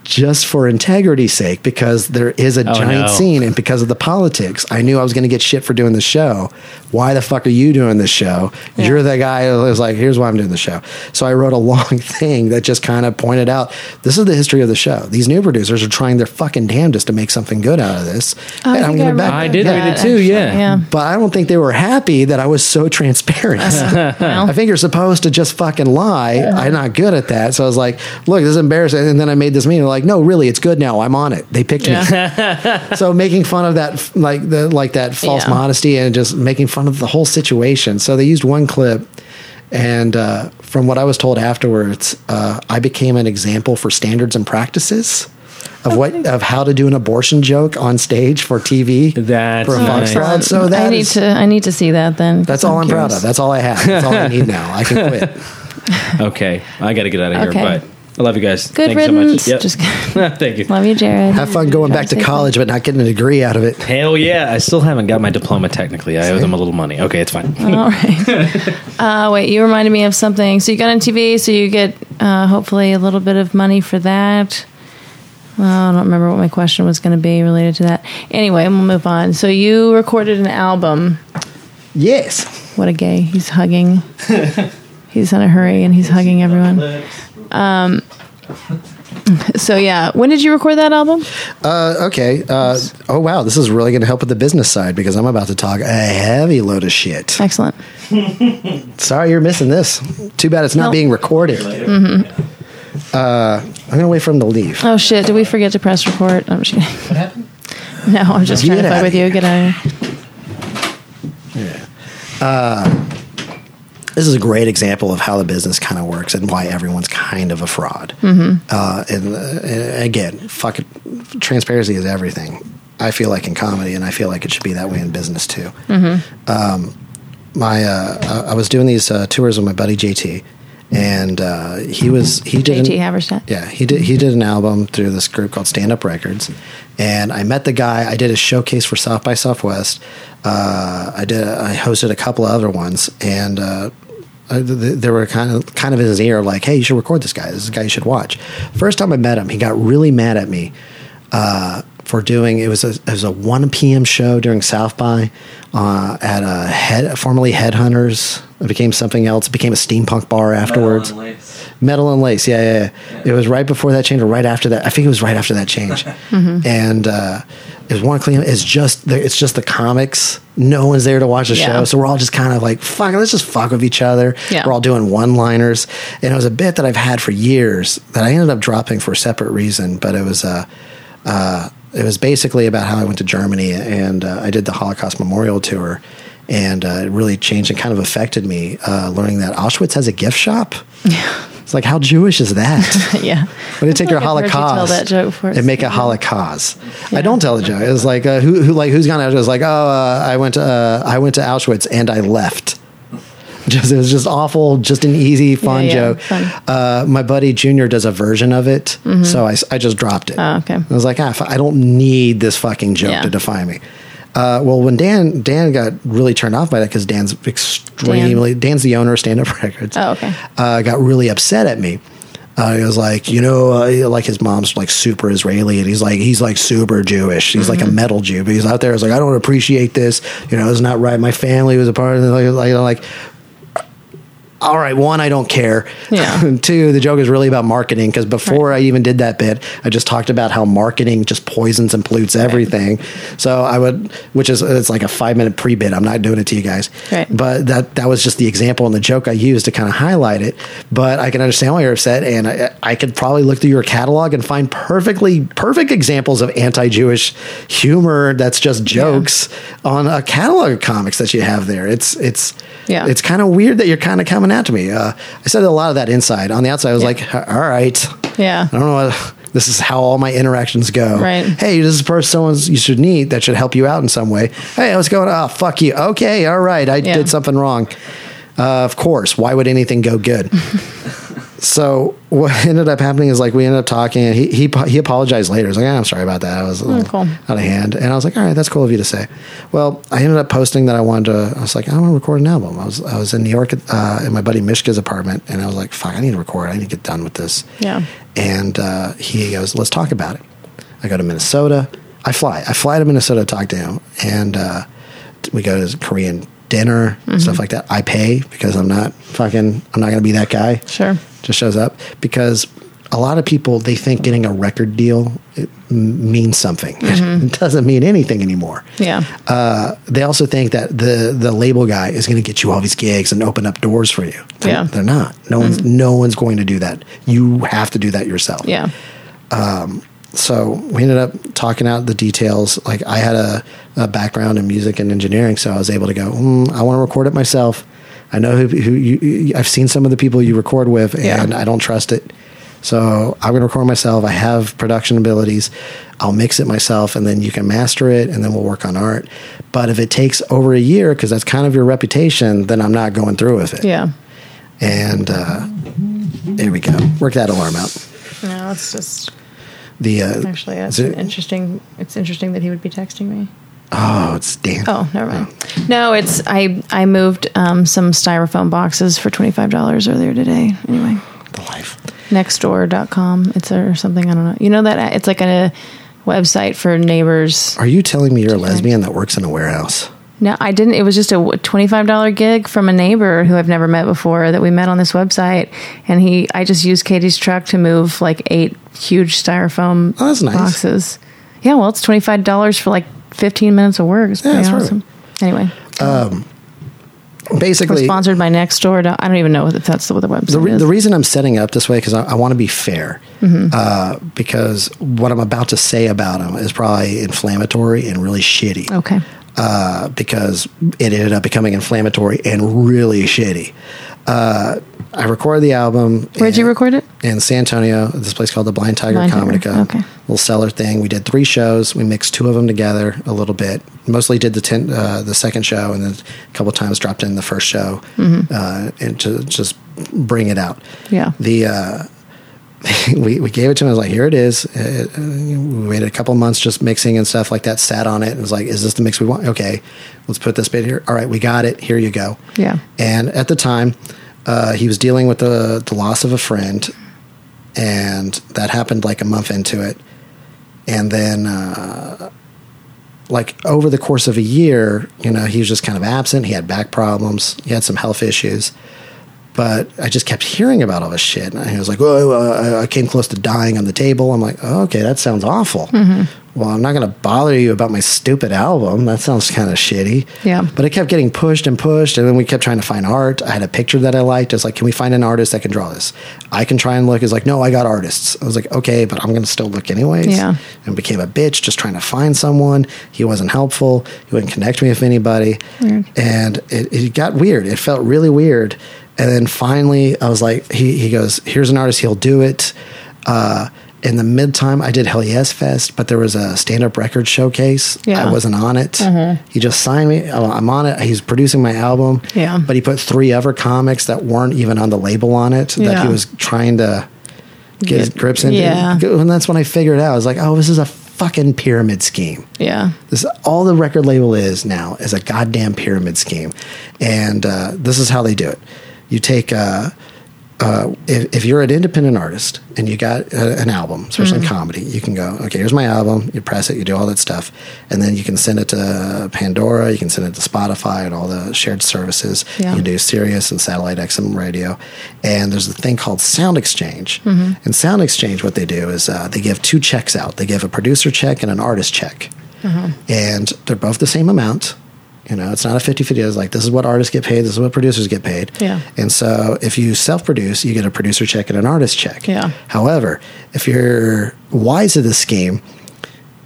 Speaker 6: just for integrity's sake, because there is a giant
Speaker 1: Oh, no.
Speaker 6: scene and because of the politics, I knew I was going to get shit for doing the show. Why the fuck are you doing this show? You're the guy who was like, here's why I'm doing the show. So I wrote a long thing that just kind of pointed out this is the history of the show. These new producers are trying their fucking damnedest to make something good out of this.
Speaker 4: Oh, I think
Speaker 6: and I'm going
Speaker 4: read
Speaker 6: to back.
Speaker 1: I did
Speaker 6: Yeah.
Speaker 1: read
Speaker 4: that,
Speaker 1: it too,
Speaker 4: actually.
Speaker 1: yeah.
Speaker 4: Yeah.
Speaker 6: But I don't think they were happy that I was so transparent. I think you're supposed to just fucking lie. I'm not good at that. So I was like, look, this is embarrassing. And then I made this meeting. They're like, no, really, it's good now. I'm on it. They picked me. so making fun of that, like the like that false
Speaker 4: Yeah.
Speaker 6: modesty and just making fun of the whole situation. So they used one clip. And uh, from what I was told afterwards, uh, I became an example for standards and practices
Speaker 4: Oh,
Speaker 6: of what of how to do an abortion joke on stage for TV.
Speaker 1: That's
Speaker 6: for a
Speaker 1: nice.
Speaker 6: Foxtrot. So that
Speaker 4: I need
Speaker 6: is-
Speaker 4: to. I need to see that then.
Speaker 6: that's all I'm proud of. That's all I have. That's all I need now. I can quit.
Speaker 1: Okay, I got to get out of here.
Speaker 4: Okay.
Speaker 1: But I love you guys.
Speaker 4: Good
Speaker 1: Thank you
Speaker 4: riddance.
Speaker 1: so much. Yep.
Speaker 4: Just kidding.
Speaker 1: Thank you.
Speaker 4: love you, Jared.
Speaker 6: Have fun going back to
Speaker 4: Drive safe.
Speaker 6: college, but not getting a degree out of it.
Speaker 1: Hell yeah! I still haven't got my diploma. Technically, I owe them a little money. Okay, it's fine.
Speaker 4: All right. uh, wait, you reminded me of something. So you got on TV, so you get uh, hopefully a little bit of money for that. Well, I don't remember what my question was going to be related to that. Anyway, we'll move on. So you recorded an album.
Speaker 6: Yes.
Speaker 4: What a gay. He's hugging. he's in a hurry and he's hugging everyone. Um, so yeah, when did you record that album?
Speaker 6: Uh, okay. Uh, oh, wow. This is really going to help with the business side because I'm about to talk a heavy load of shit.
Speaker 4: Excellent.
Speaker 6: Sorry you're missing this. Too bad it's not
Speaker 4: No. Mm-hmm.
Speaker 6: being recorded. Uh, I'm going to wait for him to leave.
Speaker 4: Oh shit! Did we forget to press record? I'm just kidding. What happened? No, I'm just trying
Speaker 6: Get
Speaker 4: to
Speaker 6: outta
Speaker 4: fight with you. Get out. of here.
Speaker 6: this is a great example of how the business kind of works and why everyone's kind of a fraud. Uh, and, uh, and again, fucking transparency is everything. I feel like in comedy, and I feel like it should be that way in business too. Um, my uh, I- I was doing these uh, tours with my buddy JT, and uh, he was he did
Speaker 4: JT Haverstadt?
Speaker 6: Yeah, he did he did an album through this group called Stand Up Records, and I met the guy. I did a showcase for South by Southwest. Uh, I did I hosted a couple of other ones, and uh, I, th- th- they were kind of kind of in his ear, like, "Hey, you should record this guy. This is a guy you should watch." First time I met him, he got really mad at me uh, for doing it was a it was a one p.m. show during South by uh, at a head formerly Headhunters. It became something else. It became a steampunk bar afterwards. Metal and Lace. Yeah, yeah, yeah. It was right before that change, or right after that. I think it was right after that change. And uh, it was one clean. It's just the, it's just the comics. No one's there to watch the
Speaker 4: Yeah.
Speaker 6: show, so we're all just kind of like fuck. Let's just fuck with each other.
Speaker 4: Yeah.
Speaker 6: We're all doing one liners. And it was a bit that I've had for years that I ended up dropping for a separate reason, but it was uh, uh, it was basically about how I went to Germany and uh, I did the Holocaust Memorial Tour. And uh, it really changed and kind of affected me uh, learning that Auschwitz has a gift shop. It's like, how Jewish is that?
Speaker 4: yeah.
Speaker 6: When you take your
Speaker 4: I feel like I've
Speaker 6: Holocaust
Speaker 4: heard you tell that joke before. Mm-hmm.
Speaker 6: and make a Holocaust. I don't tell the joke. It's like uh, who, who like who's gone out? It's like oh, uh, I went to uh, I went to Auschwitz and I left. Just it was just awful. Just an easy fun
Speaker 4: yeah,
Speaker 6: joke.
Speaker 4: fun. Mm-hmm.
Speaker 6: Uh, my buddy Junior does a version of it, so I, s- I just dropped it.
Speaker 4: Oh, okay.
Speaker 6: I was like, ah, f- I don't need this fucking joke
Speaker 4: Yeah.
Speaker 6: to define me. Uh, well, when Dan Dan got really turned off by that because Dan's extremely Dan's the owner of Stand Up Records
Speaker 4: Oh, okay.
Speaker 6: uh, got really upset at me. Uh, he was like, you know, uh, like his mom's like super Israeli, and he's like, he's like super Jewish. He's
Speaker 4: Mm-hmm.
Speaker 6: like a metal Jew, but he's out there. He's like, I don't appreciate this. You know, it's not right. My family was a part of it. Like, like, like, all right, one, I don't care.
Speaker 4: Yeah.
Speaker 6: And Two, the joke is really about marketing because before I even did that bit, I just talked about how marketing just poisons and pollutes everything. So I would, which is it's like a five minute pre bit. I'm not doing it to you guys,
Speaker 4: Right.
Speaker 6: but that that was just the example and the joke I used to kind of highlight it. But I can understand why you're upset, and I, I could probably look through your catalog and find perfectly perfect examples of anti-Jewish humor that's just jokes on a catalog of comics that you have there. It's it's
Speaker 4: Yeah.
Speaker 6: it's kind of weird that you're kind of coming out to me. Uh, I said a lot of that inside. On the outside, I was like, all right.
Speaker 4: Yeah.
Speaker 6: I don't know what. This is how all my interactions go.
Speaker 4: Right.
Speaker 6: Hey, this is the person someone's you should need that should help you out in some way. Hey, what's going on? Oh, fuck you. Okay, all right. I
Speaker 4: Yeah.
Speaker 6: did something wrong. Uh, of course. Why would anything go good? so what ended up happening is like we ended up talking and he he, he apologized later. He's like, "Ah, I'm sorry about that. I was a little
Speaker 4: Oh, cool.
Speaker 6: out of hand. And I was like, all right, that's cool of you to say. Well, I ended up posting that I wanted to, I was like, I want to record an album. I was, I was in New York uh, in my buddy Mishka's apartment and I was like, fuck, I need to record. I need to get done with this.
Speaker 4: Yeah.
Speaker 6: And uh, he goes, let's talk about it. I go to Minnesota. I fly. I fly to Minnesota to talk to him. And uh, we go to his Korean dinner,
Speaker 4: Mm-hmm.
Speaker 6: stuff like that. I pay because I'm not fucking, I'm not going to be that guy
Speaker 4: Sure.
Speaker 6: just shows up because a lot of people they think getting a record deal it m- means something. it doesn't mean anything anymore.
Speaker 4: Mm-hmm. Yeah.
Speaker 6: Uh, they also think that the the label guy is going to get you all these gigs and open up doors for you. They're,
Speaker 4: Yeah. Mm-hmm.
Speaker 6: they're not. No one's no one's going to do that. You have to do that yourself
Speaker 4: Yeah.
Speaker 6: so we ended up talking out the details. Like I had a, a background in music and engineering, so I was able to go. Mm, I want to record it myself. I know who, who you, you. I've seen some of the people you record with, and
Speaker 4: Yeah.
Speaker 6: I don't trust it. So I'm going to record myself. I have production abilities. I'll mix it myself, and then you can master it, and then we'll work on art. But if it takes over a year, because that's kind of your reputation, then I'm not going through with it.
Speaker 4: Yeah.
Speaker 6: And uh, there we go. Work that alarm out.
Speaker 4: No, it's just
Speaker 6: The uh,
Speaker 4: actually
Speaker 6: is
Speaker 4: it's
Speaker 6: it-
Speaker 4: interesting. It's interesting that he would be texting me.
Speaker 6: oh, it's Dan.
Speaker 4: Oh, never mind. No, it's I. I moved um, some styrofoam boxes for twenty five dollars earlier today. Anyway,
Speaker 6: the life.
Speaker 4: nextdoor.com. It's a, or something. I don't know. You know that it's like a website for neighbors.
Speaker 6: Are you telling me you're a lesbian that works in a warehouse?
Speaker 4: No, I didn't. It was just a twenty five dollar gig from a neighbor who I've never met before that we met on this website, and he. I just used Katie's truck to move like eight huge styrofoam
Speaker 6: Oh, that's nice.
Speaker 4: boxes. Yeah, well, it's twenty five dollars for like fifteen minutes of work. It's
Speaker 6: Yeah,
Speaker 4: pretty
Speaker 6: that's
Speaker 4: awesome. Anyway, we're
Speaker 6: Basically,
Speaker 4: sponsored by Nextdoor. I don't even know if that's what the website
Speaker 6: the, re-
Speaker 4: is.
Speaker 6: the reason I'm setting it up this way because I, I want to be fair.
Speaker 4: Mm-hmm.
Speaker 6: Uh,
Speaker 4: Oh.
Speaker 6: because what I'm about to say about him is probably inflammatory and really shitty.
Speaker 4: okay.
Speaker 6: uh, because it ended up becoming inflammatory and really shitty. Uh, I recorded the album.
Speaker 4: Where'd you
Speaker 6: in-
Speaker 4: record it?
Speaker 6: In San Antonio, this place called the Blind Tiger
Speaker 4: Blind Tiger,
Speaker 6: Comedy Co.
Speaker 4: okay.
Speaker 6: Little cellar thing. We did three shows. We mixed two of them together a little bit. Mostly did the ten, uh, the second show, and then a couple times dropped in the first show,
Speaker 4: Mm-hmm.
Speaker 6: uh, and to just bring it out.
Speaker 4: Yeah.
Speaker 6: The uh, we, we gave it to him. I was like, here it is. Uh, uh, we waited a couple months just mixing and stuff like that, sat on it and was like, is this the mix we want? Okay, let's put this bit here. All right, we got it. Here you go.
Speaker 4: Yeah.
Speaker 6: And at the time, uh, he was dealing with the, the loss of a friend, and that happened like a month into it. And then, uh, like, over the course of a year, you know, he was just kind of absent. He had back problems, he had some health issues but I just kept hearing about all this shit. And I was like, oh, uh, I- I came close to dying on the table. I'm like, oh, okay, that sounds awful. Well, I'm not going to bother you about my stupid album. That sounds kind of shitty.
Speaker 4: Yeah.
Speaker 6: But it kept getting pushed and pushed. And then we kept trying to find art. I had a picture that I liked. I was like, can we find an artist that can draw this? I can try and look. It's like, no, I got artists. I was like, okay, but I'm going to still look anyways.
Speaker 4: Yeah.
Speaker 6: And became a bitch just trying to find someone. He wasn't helpful. He wouldn't connect me with anybody
Speaker 4: Weird.
Speaker 6: and it, it got weird. It felt really weird. And then finally, I was like, he, he goes, here's an artist, he'll do it. Uh, in the mid time, I did Hell Yes Fest, but there was a stand up record showcase.
Speaker 4: Yeah. Mm-hmm.
Speaker 6: I wasn't on it. He just signed me. Oh, I'm on it. He's producing my album.
Speaker 4: Yeah.
Speaker 6: But he put three other comics that weren't even on the label on it that
Speaker 4: Yeah.
Speaker 6: he was trying to get his
Speaker 4: Get-
Speaker 6: grips into.
Speaker 4: yeah.
Speaker 6: And that's when I figured out. I was like, oh, this is a fucking pyramid scheme.
Speaker 4: Yeah.
Speaker 6: This all the record label is now is a goddamn pyramid scheme, and uh, this is how they do it. You take uh, uh, if, if you're an independent artist and you got a, an album, especially in comedy, you can go, okay, here's my album. You press it, you do all that stuff, and then you can send it to Pandora, you can send it to Spotify, and all the shared services.
Speaker 4: Yeah.
Speaker 6: You can do Sirius and Satellite XM radio, and there's a thing called Sound Exchange. And Sound Exchange, what they do is uh, they give two checks out. They give a producer check and an artist check and they're both the same amount. You know, it's not a 50 50. It's like, this is what artists get paid, this is what producers get paid.
Speaker 4: Yeah.
Speaker 6: And so if you self produce, you get a producer check and an artist check.
Speaker 4: Yeah.
Speaker 6: However, if you're wise to this scheme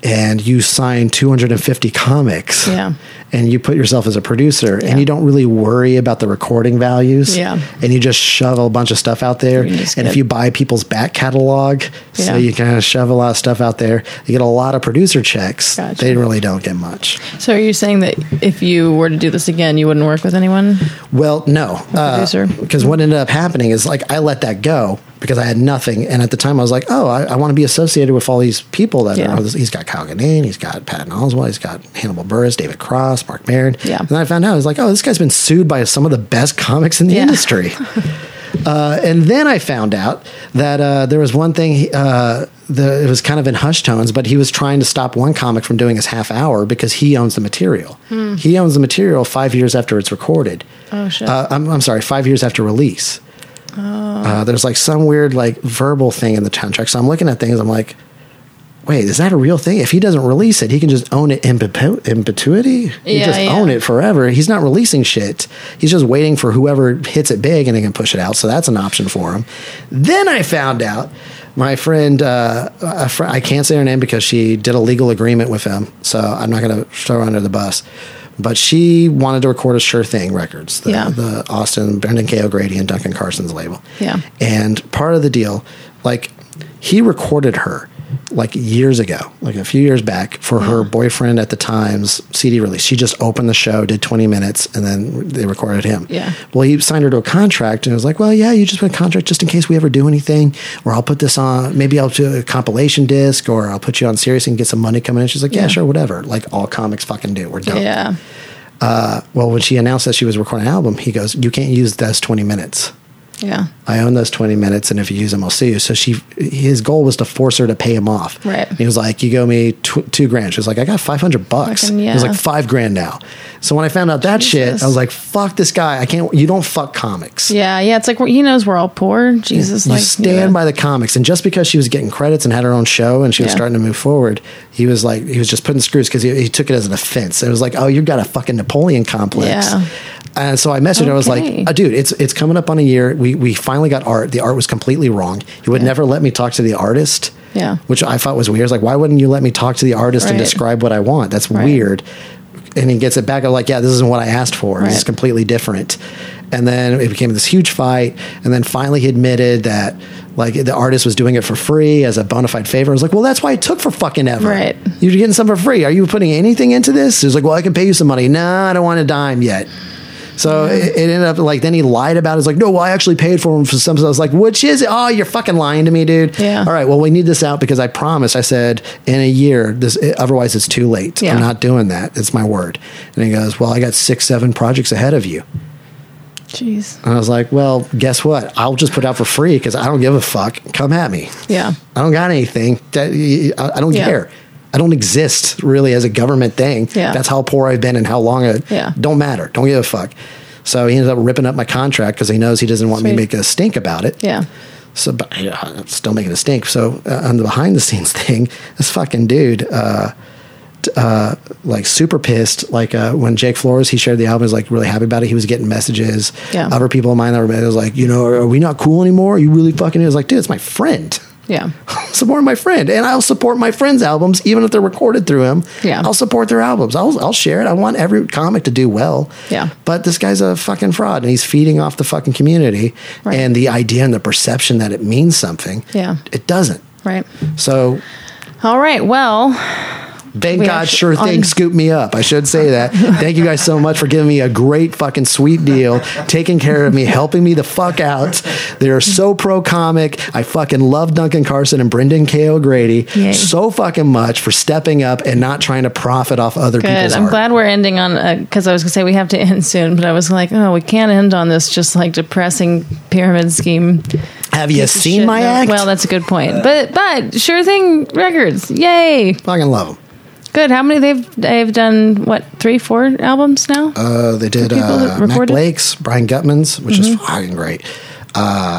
Speaker 6: and you sign 250 comics
Speaker 4: Yeah.
Speaker 6: and you put yourself as a producer
Speaker 4: Yeah.
Speaker 6: and you don't really worry about the recording values
Speaker 4: Yeah.
Speaker 6: and you just shove a bunch of stuff out there.
Speaker 4: You can just
Speaker 6: And if
Speaker 4: get-
Speaker 6: you buy people's back catalog,
Speaker 4: Yeah.
Speaker 6: so you kind of shove a lot of stuff out there, you get a lot of producer checks.
Speaker 4: Gotcha.
Speaker 6: They really don't get much.
Speaker 4: So are you saying that if you were to do this again, you wouldn't work with anyone?
Speaker 6: Well, no,
Speaker 4: producer?
Speaker 6: because what ended up happening is like I let that go because I had nothing, and at the time I was like, oh, I, I want to be associated with all these people that
Speaker 4: Yeah.
Speaker 6: are, he's got Kyle Ganane, he's got Patton Oswalt, he's got Hannibal Burris, David Cross, Mark Maron,
Speaker 4: Yeah.
Speaker 6: and then I found out I was like, oh, this guy's been sued by some of the best comics in the
Speaker 4: Yeah.
Speaker 6: industry. Uh, and then I found out that uh, there was one thing. Uh, the, it was kind of in hushed tones, but he was trying to stop one comic from doing his half hour because he owns the material.
Speaker 4: Hmm.
Speaker 6: He owns the material five years after it's recorded.
Speaker 4: Oh, shit.
Speaker 6: Uh, I'm, I'm sorry, five years after release.
Speaker 4: Oh.
Speaker 6: Uh, there's like some weird like verbal thing in the contract. So I'm looking at things. I'm like, wait, is that a real thing? If he doesn't release it, he can just own it in, perpetu- in perpetuity. He
Speaker 4: Yeah,
Speaker 6: just
Speaker 4: yeah.
Speaker 6: own it forever. He's not releasing shit. He's just waiting for whoever hits it big and he can push it out. So that's an option for him. Then I found out my friend, uh, a fr- I can't say her name because she did a legal agreement with him. So I'm not going to throw her under the bus. But she wanted to record a Sure Thing Records, the,
Speaker 4: Yeah.
Speaker 6: the uh, Austin, Brendan K. O'Grady, and Duncan Carson's label.
Speaker 4: Yeah.
Speaker 6: And part of the deal, like he recorded her like years ago, like a few years back for her boyfriend at the time's CD release. She just opened the show, did 20 minutes, and then they recorded him.
Speaker 4: Yeah.
Speaker 6: Well, he signed her to a contract and it was like, well, yeah, you just put a contract just in case we ever do anything, or I'll put this on, maybe I'll do a compilation disc, or I'll put you on serious and get some money coming in. She's like, yeah,
Speaker 4: Yeah.
Speaker 6: sure, whatever. Like all comics fucking do. We're done.
Speaker 4: Yeah.
Speaker 6: Well, when she announced that she was recording an album, he goes, you can't use those 20 minutes.
Speaker 4: Yeah.
Speaker 6: I own those 20 minutes, and if you use them, I'll sue you. So she, his goal was to force her to pay him off.
Speaker 4: Right.
Speaker 6: He was like, you owe me tw- two grand. She was like, I got 500 bucks.
Speaker 4: Fucking
Speaker 6: He was
Speaker 4: yeah.
Speaker 6: like, five grand now. So when I found out that shit,
Speaker 4: Jesus.
Speaker 6: I was like, fuck this guy. I can't, you don't fuck comics.
Speaker 4: Yeah. Yeah. It's like, he knows we're all poor. Jesus.
Speaker 6: You
Speaker 4: like,
Speaker 6: stand
Speaker 4: yeah.
Speaker 6: by the comics, and just because she was getting credits and had her own show, and she was
Speaker 4: Yeah.
Speaker 6: starting to move forward, he was like, he was just putting screws because he, he took it as an offense. It was like, oh, you got a fucking Napoleon complex.
Speaker 4: Yeah.
Speaker 6: And so I messaged her. I was
Speaker 4: Okay.
Speaker 6: like, oh, dude, it's it's coming up on a year. We we finally got art. The art was completely wrong. He would never let me talk to the artist.
Speaker 4: Yeah.
Speaker 6: Which I thought was weird. It's like, why wouldn't you let me talk to the artist and
Speaker 4: Right.
Speaker 6: describe what I want? That's
Speaker 4: Right.
Speaker 6: weird. and he gets it back up like, yeah, this isn't what I asked for. This is
Speaker 4: Right.
Speaker 6: completely different. And then it became this huge fight. And then finally he admitted that like the artist was doing it for free as a bona fide favor. I was like, well, that's why it took for fucking ever.
Speaker 4: Right.
Speaker 6: You're getting some for free. Are you putting anything into this? He was like, well, I can pay you some money. Nah, I don't want a dime yet. So it, it ended up like then he lied about it. It's like, no, well, I actually paid for him for something. I was like, which is it? Oh, you're fucking lying to me, dude.
Speaker 4: Yeah.
Speaker 6: All right. Well, we need this out because I promised. I said in a year. This otherwise it's too late.
Speaker 4: Yeah.
Speaker 6: I'm not doing that. It's my word. And he goes, well, I got six, seven projects ahead of you.
Speaker 4: Jeez.
Speaker 6: And I was like, well, guess what? I'll just put out for free because I don't give a fuck. Come at me.
Speaker 4: Yeah.
Speaker 6: I don't got anything. That- I I don't
Speaker 4: Yeah.
Speaker 6: care. I don't exist really as a government thing.
Speaker 4: Yeah.
Speaker 6: That's how poor I've been and how long it
Speaker 4: Yeah.
Speaker 6: don't matter. Don't give a fuck. So he ended up ripping up my contract because he knows he doesn't want me to
Speaker 4: Sweet.
Speaker 6: make a stink about it.
Speaker 4: Yeah.
Speaker 6: So, but you know, I'm still making a stink. So uh, on the behind the scenes thing, this fucking dude, uh, t- uh, like super pissed. Like uh, when Jake Flores he shared the album, he was like really happy about it. He was getting messages.
Speaker 4: Yeah.
Speaker 6: Other people of mine that were it was like, you know, are, are we not cool anymore? Are you really fucking? It was like, dude, it's my friend.
Speaker 4: Yeah.
Speaker 6: support my friend, and I'll support my friend's albums even if they're recorded through him.
Speaker 4: Yeah.
Speaker 6: I'll support their albums. I'll I'll share it. I want every comic to do well.
Speaker 4: Yeah.
Speaker 6: but this guy's a fucking fraud, and he's feeding off the fucking community
Speaker 4: Right.
Speaker 6: and the idea and the perception that it means something.
Speaker 4: Yeah.
Speaker 6: it doesn't.
Speaker 4: Right.
Speaker 6: So
Speaker 4: All right. Well,
Speaker 6: thank
Speaker 4: We
Speaker 6: God,
Speaker 4: actually-
Speaker 6: sure thing,
Speaker 4: on-
Speaker 6: scooped me up. I should say that. thank you guys so much for giving me a great fucking sweet deal, taking care of me, helping me the fuck out. They're so pro comic. I fucking love Duncan Carson and Brendan K. O'Grady
Speaker 4: Yay.
Speaker 6: so fucking much for stepping up and not trying to profit off other
Speaker 4: good.
Speaker 6: people's
Speaker 4: I'm
Speaker 6: art.
Speaker 4: glad we're ending on because I was gonna say we have to end soon, but I was like, oh, we can't end on this just like depressing pyramid scheme.
Speaker 6: Have you
Speaker 4: piece of
Speaker 6: seen
Speaker 4: shit.
Speaker 6: my
Speaker 4: No-
Speaker 6: act?
Speaker 4: Well, that's a good point. But but sure thing records, yay!
Speaker 6: fucking love them.
Speaker 4: Good. How many they've they've done? What three, four albums now?
Speaker 6: Uh, they did
Speaker 4: people that
Speaker 6: uh, Mac
Speaker 4: recorded? Mm-hmm.
Speaker 6: Blake's, Brian Gutman's, which is fucking great.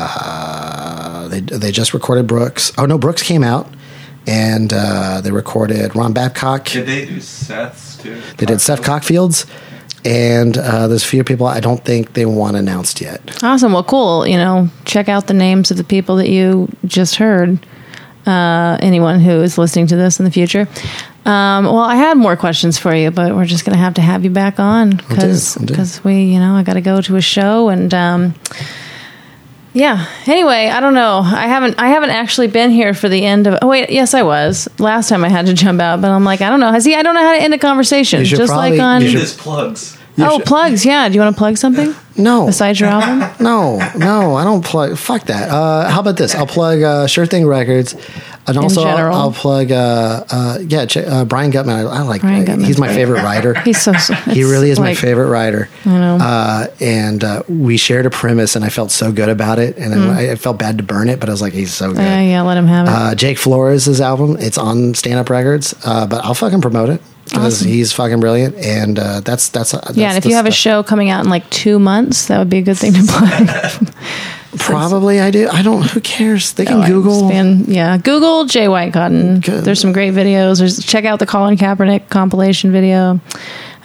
Speaker 6: Uh, they they just recorded Brooks. Oh no, Brooks came out, and uh, they recorded Ron Babcock.
Speaker 7: Did they do Seth's too?
Speaker 6: They did Seth Cockfields, and uh, there's a few people I don't think they want announced yet.
Speaker 4: Awesome. Well, cool. You know, check out the names of the people that you just heard. Uh, anyone who is listening to this in the future. Um, well, I had more questions for you, but we're just going to have to have you back on because
Speaker 6: I did.
Speaker 4: we, you know, I got to go to a show and. Um, yeah. Anyway, I don't know. I haven't I haven't actually been here for the end of Oh wait, yes I was. Last time I had to jump out, but I'm like, I don't know. See, I don't know how to end a conversation.
Speaker 6: You should
Speaker 4: Just
Speaker 6: probably-
Speaker 4: like on
Speaker 6: you
Speaker 7: Did
Speaker 6: should-
Speaker 7: his plugs.
Speaker 4: Oh, plugs. Yeah. Do you want to plug something
Speaker 6: No,
Speaker 4: besides your album?
Speaker 6: no, no. I don't plug. Fuck that. Uh, how about this? I'll plug uh, Sure Thing Records, and also I'll,
Speaker 4: general.
Speaker 6: I'll plug. Uh, uh, yeah, ch- uh, Brian Gutman. I, I like.
Speaker 4: Brian
Speaker 6: he's
Speaker 4: Gutman's
Speaker 6: my
Speaker 4: great.
Speaker 6: favorite writer.
Speaker 4: He's so.
Speaker 6: he
Speaker 4: it's
Speaker 6: really is my
Speaker 4: like-
Speaker 6: favorite writer. I know. Uh, and uh, we shared a premise, and I felt so good about it, and then I, I felt bad to burn it, but I was like, he's so good.
Speaker 4: Mm. Oh, Yeah, yeah. Let him have it.
Speaker 6: uh, Jake Flores' album. It's on Stand Up Records, uh, but I'll fucking promote it because he's fucking brilliant. And uh, that's that's, that's
Speaker 4: yeah, and if
Speaker 6: the
Speaker 4: you have a
Speaker 6: stuff.
Speaker 4: show coming out in like two months, that would be a good thing to plug.
Speaker 6: probably I do. I don't. Who cares? They can
Speaker 4: Oh, I
Speaker 6: Google.
Speaker 4: understand. yeah, Google Jay White Cotton.
Speaker 6: Good.
Speaker 4: There's some great videos. There's check out the Colin Kaepernick compilation video.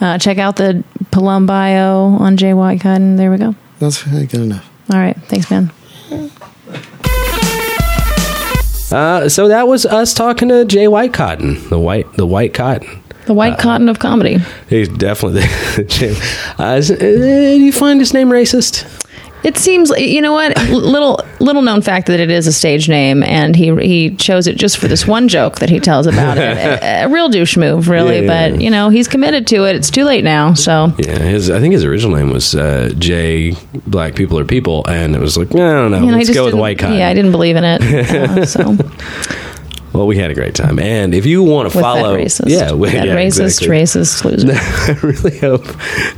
Speaker 4: Uh, check out the Palum bio on Jay White Cotton. There we go.
Speaker 6: That's good enough.
Speaker 4: All right, thanks, man.
Speaker 3: Uh, so that was us talking to Jay White Cotton, the white, the white cotton.
Speaker 4: The White
Speaker 6: Uh,
Speaker 4: Cotton of comedy.
Speaker 3: He's definitely. uh, is- uh, do you find his name racist?
Speaker 4: It seems you know what little little known fact that it is a stage name, and he he chose it just for this one joke that he tells about it. A, a real douche move,
Speaker 3: Yeah,
Speaker 4: really,
Speaker 3: yeah,
Speaker 4: but
Speaker 3: yeah.
Speaker 4: you know he's committed to it. It's too late now, so
Speaker 3: Yeah, his. I think his original name was uh, Jay Black People Are People, and it was like, no, no, no.
Speaker 4: you know, I
Speaker 3: let's
Speaker 4: just
Speaker 3: go with
Speaker 4: didn't-
Speaker 3: White Cotton.
Speaker 4: Yeah, I didn't believe in it. uh, so
Speaker 3: Well, we had a great time, and if you want to
Speaker 4: with
Speaker 3: follow,
Speaker 4: that racist,
Speaker 3: yeah, we-
Speaker 4: that
Speaker 3: yeah,
Speaker 4: racist,
Speaker 3: exactly.
Speaker 4: racist loser.
Speaker 3: I really hope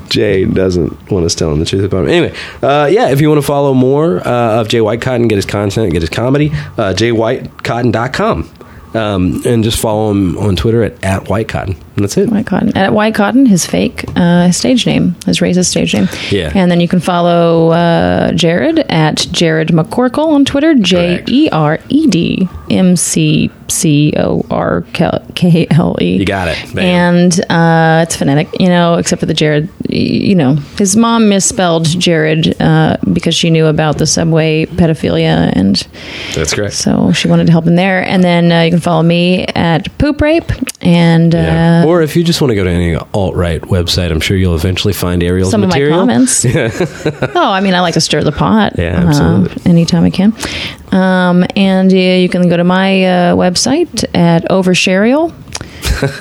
Speaker 3: Jay doesn't want us telling the truth about him. Anyway, uh, yeah, if you want to follow more uh, of Jay White Cotton, get his content, get his comedy, uh, jaywhitecotton.com. Um, and just follow him on Twitter at, at whitecotton. And that's it.
Speaker 4: White Cotton. At White Cotton, his fake uh, stage name, his racist stage name.
Speaker 3: Yeah.
Speaker 4: And then you can follow uh, Jared at Jared McCorkle on Twitter, J E R E D M C C O R K L E.
Speaker 3: You got it. Bam.
Speaker 4: And uh, it's phonetic, you know, except for the Jared, y- you know, his mom misspelled Jared uh, because she knew about the subway pedophilia and.
Speaker 3: That's correct.
Speaker 4: So she wanted to help him there. And then uh, you can follow me at Poop Rape. And uh,
Speaker 3: Yeah. Or if you just want to go to any alt right website, I'm sure you'll eventually find Ariel's
Speaker 4: some
Speaker 3: material.
Speaker 4: of my comments. oh, I mean, I like to stir the pot.
Speaker 3: Yeah,
Speaker 4: uh,
Speaker 3: absolutely.
Speaker 4: anytime I can. Um, and uh, you can go to my uh, website at Oversharial.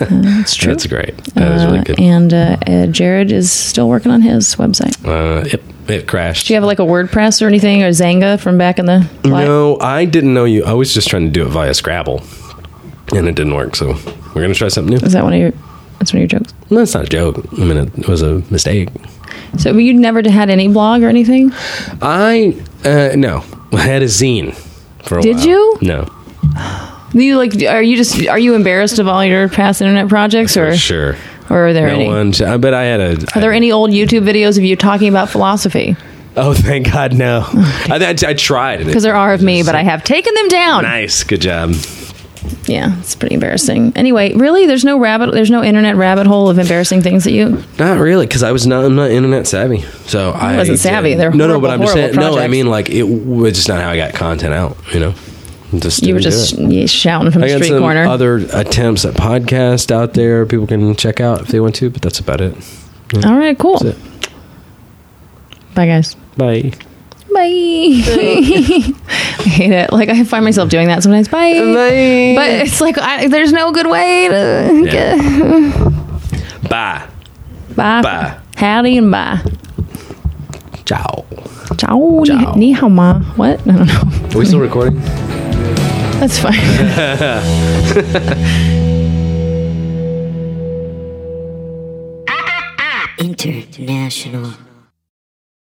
Speaker 4: That's true.
Speaker 3: That's great. That was really
Speaker 4: Uh,
Speaker 3: good.
Speaker 4: and uh, uh, Jared is still working on his website.
Speaker 3: Uh, it, it crashed.
Speaker 4: Do you have like a WordPress or anything or Zanga from back in the?
Speaker 3: No, I didn't know you. I was just trying to do it via Scrabble, and it didn't work. So we're gonna try something new.
Speaker 4: Is that one of your? That's one of your jokes.
Speaker 3: No, it's not a joke. I mean, it was a mistake.
Speaker 4: So you never had any blog or anything?
Speaker 3: I uh, no, I had a zine for a
Speaker 4: Did
Speaker 3: while.
Speaker 4: you?
Speaker 3: No,
Speaker 4: Do you like? Are you just? Are you embarrassed of all your past internet projects, or
Speaker 3: for sure.
Speaker 4: or are there
Speaker 3: no
Speaker 4: any?
Speaker 3: one. I bet I had a.
Speaker 4: Are there any old YouTube videos of you talking about philosophy?
Speaker 3: Oh, thank God, no. I, I, I tried
Speaker 4: Because there are of me, but I have taken them down.
Speaker 3: Nice, good job.
Speaker 4: Yeah, it's pretty embarrassing. Anyway, really, there's no rabbit, there's no internet rabbit hole of embarrassing things that you.
Speaker 3: Not really, because I was not. I'm not internet savvy, so I
Speaker 4: wasn't savvy. They're
Speaker 3: no, no.
Speaker 4: horrible,
Speaker 3: But I'm just saying.
Speaker 4: horrible
Speaker 3: No, I
Speaker 4: projects.
Speaker 3: mean like it was just not how I got content out. You know, just
Speaker 4: You were
Speaker 3: didn't do
Speaker 4: just
Speaker 3: it.
Speaker 4: sh- shouting from
Speaker 3: I
Speaker 4: the
Speaker 3: got
Speaker 4: street
Speaker 3: some
Speaker 4: corner.
Speaker 3: other attempts at podcasts out there. People can check out if they want to, but that's about it.
Speaker 4: All right, cool.
Speaker 3: That's it.
Speaker 4: Bye, guys.
Speaker 3: Bye.
Speaker 4: Bye. I hate it. Like I find myself doing that sometimes. Bye.
Speaker 3: Bye.
Speaker 4: But it's like I, there's no good way to.
Speaker 3: Yeah. Bye.
Speaker 4: Bye.
Speaker 3: Bye.
Speaker 4: Howdy and bye.
Speaker 3: Ciao.
Speaker 4: Ciao.
Speaker 3: Ciao.
Speaker 4: Ni, ni hao ma. What? I don't know.
Speaker 3: Are we still recording?
Speaker 4: That's fine.
Speaker 8: International.